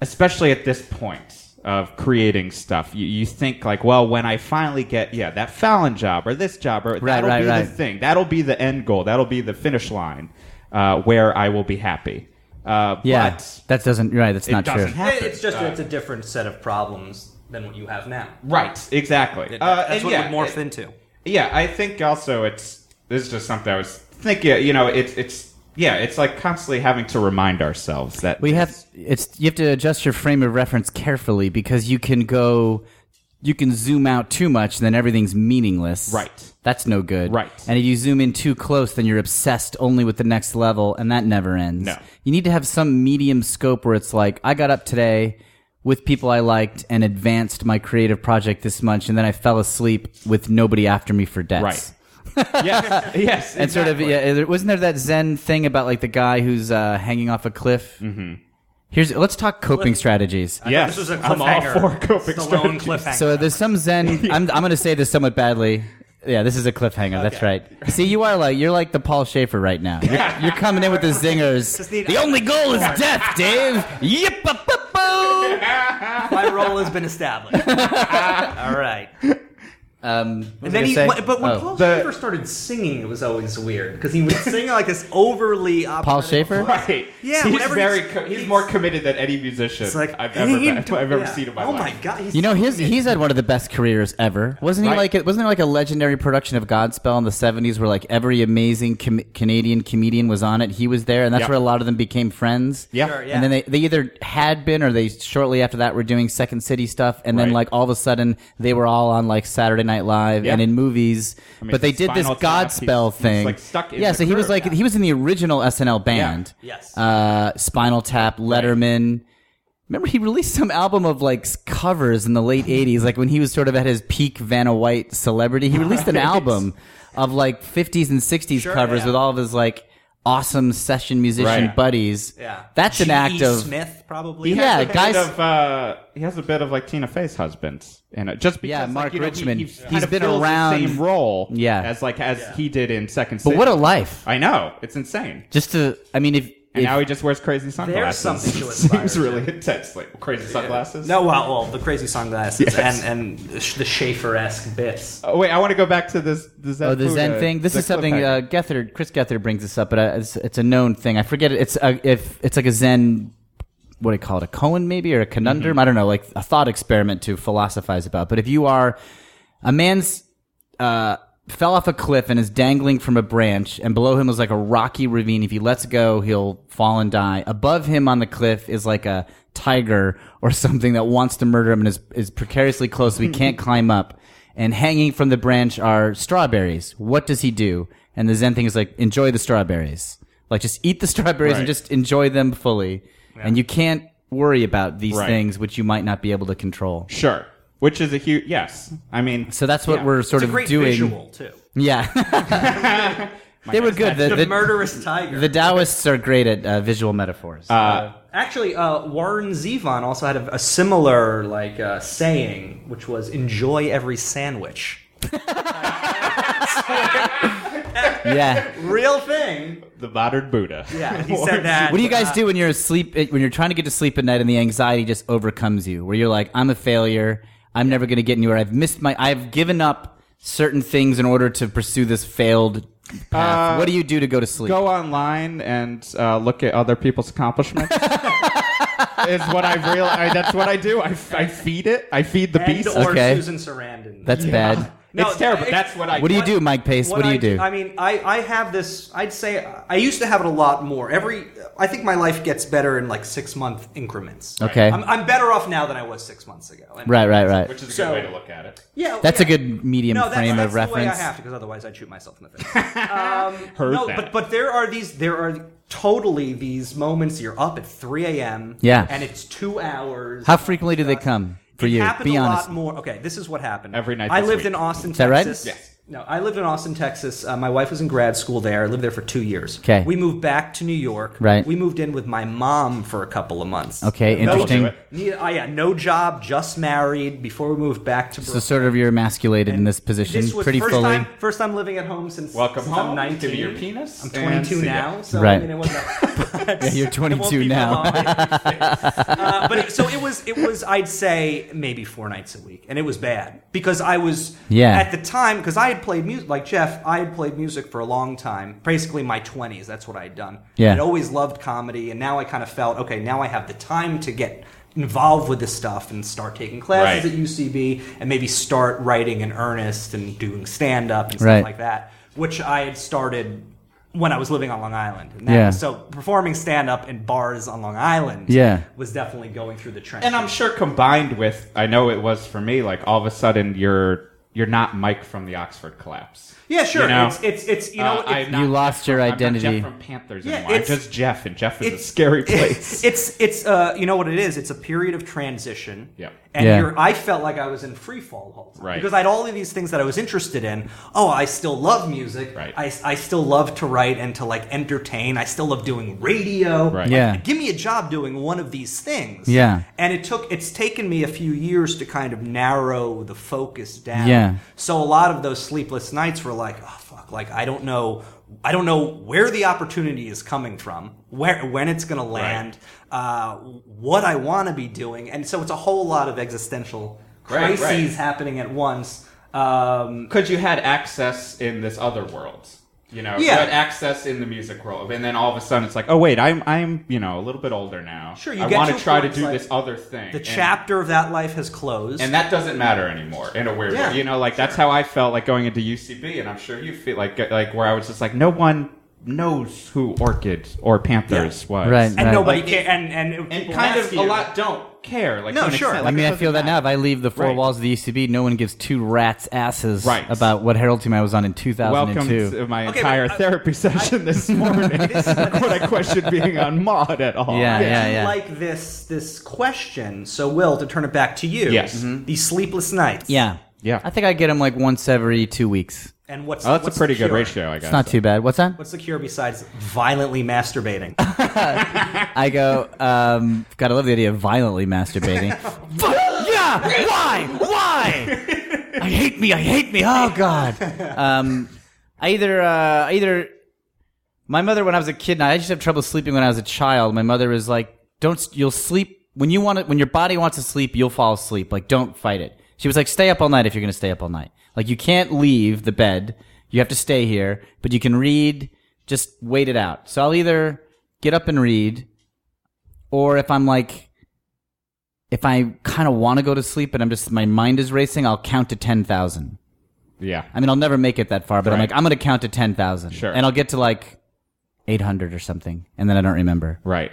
[SPEAKER 3] especially at this point of creating stuff, you, you think like, well, when I finally get yeah that Fallon job or this job or that'll
[SPEAKER 4] right,
[SPEAKER 3] be
[SPEAKER 4] right.
[SPEAKER 3] the thing, that'll be the end goal, that'll be the finish line uh, where I will be happy. Uh,
[SPEAKER 4] yeah.
[SPEAKER 3] but
[SPEAKER 4] that doesn't, right, that's
[SPEAKER 3] it
[SPEAKER 4] not
[SPEAKER 3] doesn't
[SPEAKER 4] true.
[SPEAKER 3] happen.
[SPEAKER 2] It's just
[SPEAKER 3] Uh,
[SPEAKER 2] it's a different set of problems than what you have now.
[SPEAKER 3] right, exactly. Uh,
[SPEAKER 2] That's
[SPEAKER 3] and
[SPEAKER 2] what
[SPEAKER 3] yeah,
[SPEAKER 2] it morphed
[SPEAKER 3] it-
[SPEAKER 2] into.
[SPEAKER 3] Yeah, I think also it's this is just something I was thinking. You know, it's it's yeah, it's like constantly having to remind ourselves that
[SPEAKER 4] We have it's you have to adjust your frame of reference carefully because you can go you can zoom out too much then everything's meaningless.
[SPEAKER 3] Right.
[SPEAKER 4] That's no good.
[SPEAKER 3] Right.
[SPEAKER 4] And if you zoom in too close then you're obsessed only with the next level and that never ends.
[SPEAKER 3] No.
[SPEAKER 4] You need to have some medium scope where it's like I got up today with people I liked and advanced my creative project this much and then I fell asleep with nobody after me for debts.
[SPEAKER 3] (laughs)
[SPEAKER 4] (laughs)
[SPEAKER 3] Right. yes, yes,
[SPEAKER 4] And sort of,
[SPEAKER 3] exactly.
[SPEAKER 4] yeah, there- wasn't there that Zen thing about like the guy who's uh, hanging off a cliff? Mm-hmm. Here's let's talk coping strategies.
[SPEAKER 3] Yes,
[SPEAKER 2] This was
[SPEAKER 3] (laughs)
[SPEAKER 2] a
[SPEAKER 3] I'm all
[SPEAKER 2] cliffhanger.
[SPEAKER 3] for coping
[SPEAKER 2] Stallone
[SPEAKER 3] strategies.
[SPEAKER 2] cliffhanger.
[SPEAKER 4] So there's
[SPEAKER 2] (laughs)
[SPEAKER 4] some Zen. I'm, I'm going to say this somewhat badly. Yeah, this is a cliffhanger. That's right. See, you are like you're like the Paul Schaefer right now. You're,
[SPEAKER 2] (laughs)
[SPEAKER 4] you're coming in with the zingers.
[SPEAKER 2] need-
[SPEAKER 4] The only goal is death, Dave. Yip, up, up, boom.
[SPEAKER 2] My role has been
[SPEAKER 3] (laughs)
[SPEAKER 2] established. All right.
[SPEAKER 4] Um,
[SPEAKER 2] And then he,
[SPEAKER 4] what was I gonna say?
[SPEAKER 2] but when
[SPEAKER 4] Oh.
[SPEAKER 2] Paul
[SPEAKER 3] The-
[SPEAKER 2] Schaefer started singing, it was always weird because he would sing like this overly.
[SPEAKER 4] Paul
[SPEAKER 2] operatic-
[SPEAKER 4] Schaefer.
[SPEAKER 3] Right.
[SPEAKER 2] Yeah,
[SPEAKER 3] He's
[SPEAKER 2] whenever
[SPEAKER 3] very.
[SPEAKER 2] he's-
[SPEAKER 3] Co- he's,
[SPEAKER 2] he's-
[SPEAKER 3] more committed than any musician
[SPEAKER 2] It's like
[SPEAKER 3] I've
[SPEAKER 2] (laughs)
[SPEAKER 3] ever
[SPEAKER 2] he-
[SPEAKER 3] been, (laughs) I've ever
[SPEAKER 2] yeah.
[SPEAKER 3] seen in my
[SPEAKER 2] oh
[SPEAKER 3] life.
[SPEAKER 2] my god! He's,
[SPEAKER 4] You know his he's had one of the best careers ever, wasn't he?
[SPEAKER 3] Right.
[SPEAKER 4] Like it wasn't there like a legendary production of Godspell in the seventies where like every amazing com- Canadian comedian was on it. He was there, and that's
[SPEAKER 3] Yep.
[SPEAKER 4] where a lot of them became friends.
[SPEAKER 3] Yeah.
[SPEAKER 2] Sure, yeah.
[SPEAKER 4] And then they, they either had been or they shortly after that were doing Second City stuff, and then
[SPEAKER 3] Right.
[SPEAKER 4] like all of a sudden they were all on like Saturday Night Live
[SPEAKER 3] Yeah.
[SPEAKER 4] and in movies.
[SPEAKER 3] I mean,
[SPEAKER 4] but they
[SPEAKER 3] it's
[SPEAKER 4] did this
[SPEAKER 3] Spinal Tap, he's-
[SPEAKER 4] Godspell
[SPEAKER 3] he's,
[SPEAKER 4] thing.
[SPEAKER 3] like, stuck in
[SPEAKER 4] yeah,
[SPEAKER 3] the
[SPEAKER 4] so he was
[SPEAKER 3] career.
[SPEAKER 4] like he was in the original SNL band.
[SPEAKER 2] Yes.
[SPEAKER 4] Uh, Spinal Tap, Letterman. Remember, he released some album of like s- covers in the late '80s, like when he was sort of at his peak Vanna White celebrity. He
[SPEAKER 2] (laughs)
[SPEAKER 4] released an album of like '50s and '60s
[SPEAKER 2] Sure,
[SPEAKER 4] covers
[SPEAKER 2] yeah.
[SPEAKER 4] with all of his like awesome session musician
[SPEAKER 3] Right.
[SPEAKER 4] buddies.
[SPEAKER 2] yeah,
[SPEAKER 4] that's an
[SPEAKER 2] G.E.
[SPEAKER 4] act of
[SPEAKER 2] Smith, probably.
[SPEAKER 4] He Yeah,
[SPEAKER 3] He has a
[SPEAKER 4] guys-
[SPEAKER 3] bit of, uh, he has a bit of like Tina Fey's husband, and just because
[SPEAKER 4] Yeah,
[SPEAKER 3] like,
[SPEAKER 4] Mark
[SPEAKER 3] you know,
[SPEAKER 4] Richmond.
[SPEAKER 3] he,
[SPEAKER 4] He's
[SPEAKER 3] he's kind of
[SPEAKER 4] been
[SPEAKER 3] fills
[SPEAKER 4] around-
[SPEAKER 3] the same role,
[SPEAKER 4] Yeah.
[SPEAKER 3] as like as he did in Second
[SPEAKER 4] But
[SPEAKER 3] City.
[SPEAKER 4] what a life!
[SPEAKER 3] I know, it's insane.
[SPEAKER 4] Just to, I mean, if,
[SPEAKER 3] And
[SPEAKER 4] if
[SPEAKER 3] now he just wears crazy sunglasses.
[SPEAKER 2] something
[SPEAKER 3] (laughs)
[SPEAKER 2] to
[SPEAKER 3] Seems
[SPEAKER 2] aspire
[SPEAKER 3] really intensely. Crazy sunglasses.
[SPEAKER 2] No, well, well, the crazy sunglasses
[SPEAKER 3] Yes.
[SPEAKER 2] and and the Sh- the Schaefer-esque bits.
[SPEAKER 3] Oh, wait, I want to go back to this. The Zen
[SPEAKER 4] oh, the Zen
[SPEAKER 3] Buddha-
[SPEAKER 4] thing. This
[SPEAKER 3] the
[SPEAKER 4] is something uh,
[SPEAKER 3] cliffhanger.
[SPEAKER 4] Gethard, Chris Gethard brings this up, but uh, it's, it's a known thing. I forget it. It's a, if it's like a Zen, what do you call it? A koan maybe or a conundrum? I don't know, like a thought experiment to philosophize about. But if you are a man's uh, fell off a cliff and is dangling from a branch, and below him is like a rocky ravine. If he lets go, he'll fall and die. Above him on the cliff is like a tiger or (laughs) something that wants to murder him and is, is precariously close, so
[SPEAKER 2] (laughs)
[SPEAKER 4] he can't climb up. And hanging from the branch are strawberries. What does he do? And the Zen thing is like, enjoy the strawberries. Like, just eat the strawberries and
[SPEAKER 3] Right.
[SPEAKER 4] just enjoy them fully. And you can't worry about these
[SPEAKER 3] Right.
[SPEAKER 4] things which you might not be able to control.
[SPEAKER 3] Sure. Which is a huge yes. I mean,
[SPEAKER 4] So that's what
[SPEAKER 3] Yeah.
[SPEAKER 4] we're sort
[SPEAKER 2] It's a
[SPEAKER 4] of
[SPEAKER 2] great
[SPEAKER 4] doing.
[SPEAKER 2] visual too.
[SPEAKER 4] Yeah. (laughs) they were good. The,
[SPEAKER 2] The,
[SPEAKER 4] the,
[SPEAKER 2] murderous tiger.
[SPEAKER 4] the Taoists are great at uh, visual metaphors.
[SPEAKER 2] Actually, uh, Warren Zevon also had a, a similar like uh, saying, which was "enjoy every sandwich." (laughs)
[SPEAKER 4] yeah.
[SPEAKER 2] Real thing.
[SPEAKER 3] the modern Buddha.
[SPEAKER 2] Yeah,
[SPEAKER 3] (laughs)
[SPEAKER 2] he said that.
[SPEAKER 4] What do you guys do when you're asleep? eh, When you're trying to get to sleep at night and the anxiety just overcomes you, where you're like, "I'm a failure. I'm never going to get anywhere. I've missed my. I've given up certain things in order to pursue this failed path."
[SPEAKER 3] Uh,
[SPEAKER 4] what do you do to go to sleep?
[SPEAKER 3] Go online and uh, look at other people's accomplishments. (laughs) is what I've real. I, that's what I do. I, f- I feed it. I feed the
[SPEAKER 2] And
[SPEAKER 3] beast.
[SPEAKER 2] or
[SPEAKER 4] Okay.
[SPEAKER 2] Susan Sarandon.
[SPEAKER 4] That's bad.
[SPEAKER 2] No,
[SPEAKER 3] it's terrible.
[SPEAKER 2] it-
[SPEAKER 3] that's what I.
[SPEAKER 4] What do you do, Mike Pace? What, do you
[SPEAKER 2] I,
[SPEAKER 4] do?
[SPEAKER 2] I mean, I, I have this. I'd say I used to have it a lot more. Every I think my life gets better in like six month increments.
[SPEAKER 4] Okay.
[SPEAKER 2] I'm, I'm better off now than I was six months ago. And-
[SPEAKER 4] right, right, right.
[SPEAKER 3] Which is a
[SPEAKER 2] So-
[SPEAKER 3] good way to look at it.
[SPEAKER 2] Yeah,
[SPEAKER 4] That's
[SPEAKER 2] yeah.
[SPEAKER 4] a good medium
[SPEAKER 2] no, that's,
[SPEAKER 4] frame
[SPEAKER 2] that's
[SPEAKER 4] of
[SPEAKER 2] the way I
[SPEAKER 4] reference.
[SPEAKER 2] have to, because otherwise I'd shoot myself in the face. Um,
[SPEAKER 3] Heard
[SPEAKER 2] no,
[SPEAKER 3] that.
[SPEAKER 2] but but there are these. There are totally these moments. You're up at 3 a.m.
[SPEAKER 4] Yeah.
[SPEAKER 2] and it's two hours.
[SPEAKER 4] How frequently do they come for
[SPEAKER 2] Uh, it
[SPEAKER 4] you?
[SPEAKER 2] Happened
[SPEAKER 4] Be
[SPEAKER 2] a
[SPEAKER 4] honest.
[SPEAKER 2] lot more. Okay, this is what happened.
[SPEAKER 3] Every night
[SPEAKER 2] I
[SPEAKER 3] this
[SPEAKER 2] lived in
[SPEAKER 3] week.
[SPEAKER 2] Austin,
[SPEAKER 4] that right?
[SPEAKER 2] Texas.
[SPEAKER 3] Yes.
[SPEAKER 2] No, I lived in Austin, Texas. Uh, my wife was in grad school there. I lived there for two years.
[SPEAKER 4] 'Kay.
[SPEAKER 2] We moved back to New York.
[SPEAKER 4] Right.
[SPEAKER 2] We moved in with my mom for a couple of months.
[SPEAKER 4] Okay,
[SPEAKER 3] That'll
[SPEAKER 4] interesting.
[SPEAKER 3] do it.
[SPEAKER 2] Ne- oh, yeah, no job, just married. Before we moved back to.
[SPEAKER 4] So sort of you're emasculated in this position
[SPEAKER 2] this was
[SPEAKER 4] pretty
[SPEAKER 2] first
[SPEAKER 4] fully.
[SPEAKER 2] Time, first time living at home since
[SPEAKER 3] Welcome
[SPEAKER 2] since
[SPEAKER 3] home
[SPEAKER 2] I'm 19.
[SPEAKER 3] to your penis
[SPEAKER 2] I'm
[SPEAKER 3] and
[SPEAKER 2] 22
[SPEAKER 3] see ya.
[SPEAKER 2] now, so
[SPEAKER 4] Right.
[SPEAKER 2] I mean, it wasn't.
[SPEAKER 4] Yeah, (laughs) you're
[SPEAKER 2] (laughs) it won't
[SPEAKER 4] 22
[SPEAKER 2] be for long.
[SPEAKER 4] now.
[SPEAKER 2] Uh, but it, so it was. It was. I'd say maybe four nights a week, and it was bad because I was.
[SPEAKER 4] Yeah.
[SPEAKER 2] At the time, because I had played music, like Jeff, I had played music for a long time, basically my twenties. That's what I had done.
[SPEAKER 4] Yeah.
[SPEAKER 2] I'd always loved comedy, and now I kind of felt okay. Now I have the time to get involved with this stuff and start taking classes
[SPEAKER 3] Right.
[SPEAKER 2] at UCB, and maybe start writing in earnest and doing stand up and stuff
[SPEAKER 4] Right.
[SPEAKER 2] like that, which I had started. When I was living on Long Island, and that,
[SPEAKER 4] Yeah.
[SPEAKER 2] so performing stand up in bars on Long Island,
[SPEAKER 4] Yeah.
[SPEAKER 2] was definitely going through the trenches.
[SPEAKER 3] And I'm sure combined with, I know it was for me. Like all of a sudden, you're you're not Mike from the Oxford Collapse.
[SPEAKER 2] yeah, sure.
[SPEAKER 3] You know?
[SPEAKER 2] it's it's it's you know
[SPEAKER 3] Uh,
[SPEAKER 2] it's,
[SPEAKER 3] I'm not
[SPEAKER 4] You lost
[SPEAKER 3] Jeff
[SPEAKER 4] your
[SPEAKER 3] from- I'm
[SPEAKER 4] identity.
[SPEAKER 3] not Jeff from Panthers
[SPEAKER 2] Yeah,
[SPEAKER 3] anymore. I'm
[SPEAKER 2] it's-
[SPEAKER 3] just Jeff, and Jeff is
[SPEAKER 2] (laughs)
[SPEAKER 3] a
[SPEAKER 2] it's-
[SPEAKER 3] scary place.
[SPEAKER 2] It's it's uh you know what it is. It's a period of transition.
[SPEAKER 3] Yep.
[SPEAKER 2] And
[SPEAKER 4] Yeah.
[SPEAKER 2] you're, I felt like I was in free fall the whole time
[SPEAKER 3] Right.
[SPEAKER 2] because I had all of these things that I was interested in. Oh, I still love music.
[SPEAKER 3] Right.
[SPEAKER 2] I, I still love to write and to like entertain. I still love doing radio.
[SPEAKER 3] Right.
[SPEAKER 4] Yeah.
[SPEAKER 2] give me a job doing one of these things.
[SPEAKER 4] Yeah.
[SPEAKER 2] And it took it's taken me a few years to kind of narrow the focus down.
[SPEAKER 4] Yeah.
[SPEAKER 2] So a lot of those sleepless nights were like, oh fuck, like I don't know I don't know where the opportunity is coming from, where when it's going to land, uh, what I want to be doing, and so it's a whole lot of existential
[SPEAKER 3] Right,
[SPEAKER 2] crises
[SPEAKER 3] right.
[SPEAKER 2] happening at once. Um,
[SPEAKER 3] because you had access in this other world. You know, you
[SPEAKER 2] Yeah.
[SPEAKER 3] had access in the music world, and then all of a sudden it's like, oh wait, I'm I'm you know a little bit older now.
[SPEAKER 2] Sure, you
[SPEAKER 3] I
[SPEAKER 2] get
[SPEAKER 3] want
[SPEAKER 2] to
[SPEAKER 3] to
[SPEAKER 2] a
[SPEAKER 3] try to
[SPEAKER 2] point,
[SPEAKER 3] do
[SPEAKER 2] like,
[SPEAKER 3] this other thing.
[SPEAKER 2] the
[SPEAKER 3] and,
[SPEAKER 2] chapter of that life has closed.
[SPEAKER 3] and that doesn't matter anymore in a weird
[SPEAKER 2] Yeah,
[SPEAKER 3] way. You know, like that's how I felt like going into UCB, and I'm sure you feel like like where I was just like, no one knows who Orchid or Panthers was,
[SPEAKER 4] Right.
[SPEAKER 2] And nobody
[SPEAKER 3] Like,
[SPEAKER 2] can. And and,
[SPEAKER 3] And
[SPEAKER 2] people
[SPEAKER 3] kind
[SPEAKER 2] ask
[SPEAKER 3] of
[SPEAKER 2] you-
[SPEAKER 3] a lot don't care. Like
[SPEAKER 2] No,
[SPEAKER 3] to an
[SPEAKER 2] sure.
[SPEAKER 3] extent,
[SPEAKER 4] I
[SPEAKER 3] like,
[SPEAKER 4] mean,
[SPEAKER 3] it
[SPEAKER 4] I feel that
[SPEAKER 3] doesn't
[SPEAKER 4] now. If
[SPEAKER 3] matter.
[SPEAKER 4] I leave the four
[SPEAKER 3] Right.
[SPEAKER 4] walls of the ECB, no one gives two rats' asses
[SPEAKER 3] Right.
[SPEAKER 4] about what Herald team I was on in 2002.
[SPEAKER 3] Welcome to my
[SPEAKER 2] Okay,
[SPEAKER 3] entire
[SPEAKER 2] but, uh,
[SPEAKER 3] therapy
[SPEAKER 2] (laughs)
[SPEAKER 3] session this morning. (laughs) when I questioned being on Mod at all.
[SPEAKER 4] Yeah,
[SPEAKER 2] I
[SPEAKER 4] yeah,
[SPEAKER 2] do
[SPEAKER 4] yeah.
[SPEAKER 2] like this this question. So, Will, to turn it back to you. Mm-hmm.
[SPEAKER 3] Yes. Mhm.
[SPEAKER 2] These sleepless nights.
[SPEAKER 4] yeah.
[SPEAKER 3] Yeah.
[SPEAKER 4] I think I get them like once every two weeks.
[SPEAKER 2] And what's
[SPEAKER 3] Oh, that's
[SPEAKER 2] what's
[SPEAKER 3] a pretty
[SPEAKER 2] the
[SPEAKER 3] good
[SPEAKER 2] cure?
[SPEAKER 3] ratio, I guess.
[SPEAKER 4] It's not too bad. What's that?
[SPEAKER 2] What's the cure besides violently masturbating? (laughs)
[SPEAKER 4] I go, um, God, I love the idea of violently masturbating. (laughs) Fuck, yeah! Why? Why? I hate me. I hate me. Oh, God. Um, I either, uh, I either, my mother, when I was a kid, and I just have trouble sleeping when I was a child, my mother was like, don't, s- you'll sleep, when you want to, when your body wants to sleep, you'll fall asleep. Like, don't fight it. She was like, stay up all night if you're going to stay up all night. Like, you can't leave the bed. You have to stay here, but you can read. Just wait it out. So I'll either get up and read, or if I'm like if I kind of want to go to sleep and I'm just my mind is racing, I'll count to ten thousand.
[SPEAKER 3] Yeah.
[SPEAKER 4] I mean, I'll never make it that far, but I'm
[SPEAKER 3] Right.
[SPEAKER 4] like, I'm going to count to ten thousand,
[SPEAKER 3] Sure.
[SPEAKER 4] and I'll get to like eight hundred or something, and then I don't remember.
[SPEAKER 3] Right.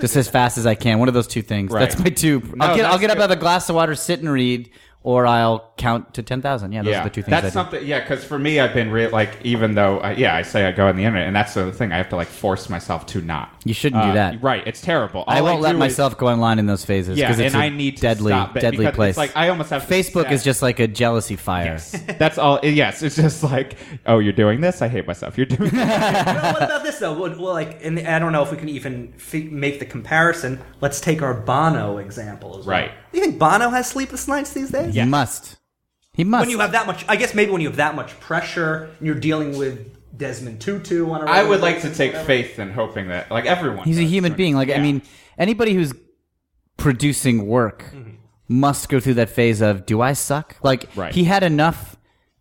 [SPEAKER 4] Just as fast as I can. One of those two things.
[SPEAKER 3] Right.
[SPEAKER 4] That's my two. I'll get, I'll
[SPEAKER 3] that's
[SPEAKER 4] get up,
[SPEAKER 3] good.
[SPEAKER 4] have a glass of water, sit and read, or I'll count to ten thousand. Yeah, those
[SPEAKER 3] yeah.
[SPEAKER 4] are the two things.
[SPEAKER 3] that's
[SPEAKER 4] I do.
[SPEAKER 3] something. Yeah, because for me, I've been real. Like, even though, I, yeah, I say I go on the internet, and that's the thing. I have to like force myself to not. Uh,
[SPEAKER 4] You shouldn't do that.
[SPEAKER 3] Right. It's terrible.
[SPEAKER 4] I
[SPEAKER 3] All
[SPEAKER 4] won't
[SPEAKER 3] do
[SPEAKER 4] let
[SPEAKER 3] is-
[SPEAKER 4] myself go online in those phases.
[SPEAKER 3] Yeah,
[SPEAKER 4] 'cause it's
[SPEAKER 3] and
[SPEAKER 4] a
[SPEAKER 3] I need to
[SPEAKER 4] deadly,
[SPEAKER 3] stop it
[SPEAKER 4] deadly
[SPEAKER 3] because it's
[SPEAKER 4] place.
[SPEAKER 3] like, I almost have to-
[SPEAKER 4] Facebook
[SPEAKER 3] yeah.
[SPEAKER 4] is just like a jealousy fire.
[SPEAKER 3] (laughs) That's all. Yes, it's just like, oh, you're doing this. I hate myself. You're
[SPEAKER 4] (laughs)
[SPEAKER 3] doing.
[SPEAKER 2] well, what about this though? Well, well, like, and I don't know if we can even fi- make the comparison. Let's take our Bono example as well.
[SPEAKER 3] Right.
[SPEAKER 2] Do you think Bono has sleepless nights these days?
[SPEAKER 4] He must. He must.
[SPEAKER 2] When you have that much, I guess maybe when you have that much pressure and you're dealing with Desmond Tutu on a
[SPEAKER 3] I
[SPEAKER 2] regular
[SPEAKER 3] would like to
[SPEAKER 2] basis,
[SPEAKER 3] take
[SPEAKER 2] whatever.
[SPEAKER 3] faith in hoping that, like everyone,
[SPEAKER 4] He's a
[SPEAKER 3] does.
[SPEAKER 4] human being. Like I
[SPEAKER 3] Yeah.
[SPEAKER 4] mean, anybody who's producing work must go through that phase of "Do I suck?" Like
[SPEAKER 3] Mm-hmm. Right.
[SPEAKER 4] he had enough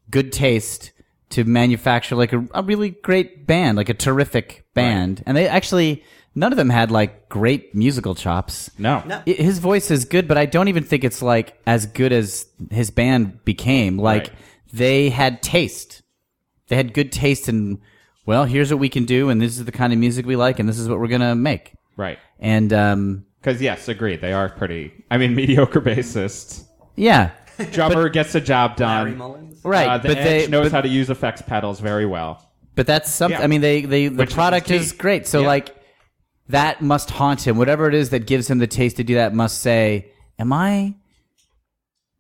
[SPEAKER 4] good taste to manufacture like a, a really great band, like a terrific band, and they actually none of them had like great musical chops.
[SPEAKER 3] no,
[SPEAKER 4] I- His voice is good, but I don't even think it's like as good as his band became. Like
[SPEAKER 3] Right.
[SPEAKER 4] they had taste. They had good taste and well, here's what we can do and this is the kind of music we like and this is what we're going to make.
[SPEAKER 3] right?
[SPEAKER 4] And um
[SPEAKER 3] Because yes, agreed. They are pretty. I mean, (laughs) mediocre bassist. (laughs)
[SPEAKER 4] yeah.
[SPEAKER 3] Drummer gets the job
[SPEAKER 2] Barry
[SPEAKER 3] done.
[SPEAKER 2] Mullins.
[SPEAKER 4] Right.
[SPEAKER 3] Uh, the
[SPEAKER 4] but
[SPEAKER 3] Edge
[SPEAKER 4] they
[SPEAKER 3] knows
[SPEAKER 4] but,
[SPEAKER 3] how to use effects pedals very well.
[SPEAKER 4] but that's something
[SPEAKER 3] Yeah.
[SPEAKER 4] I mean they they the
[SPEAKER 3] Which is
[SPEAKER 4] product
[SPEAKER 3] key.
[SPEAKER 4] is, great. So
[SPEAKER 3] Yeah.
[SPEAKER 4] like that must haunt him. Whatever it is that gives him the taste to do that must say, am I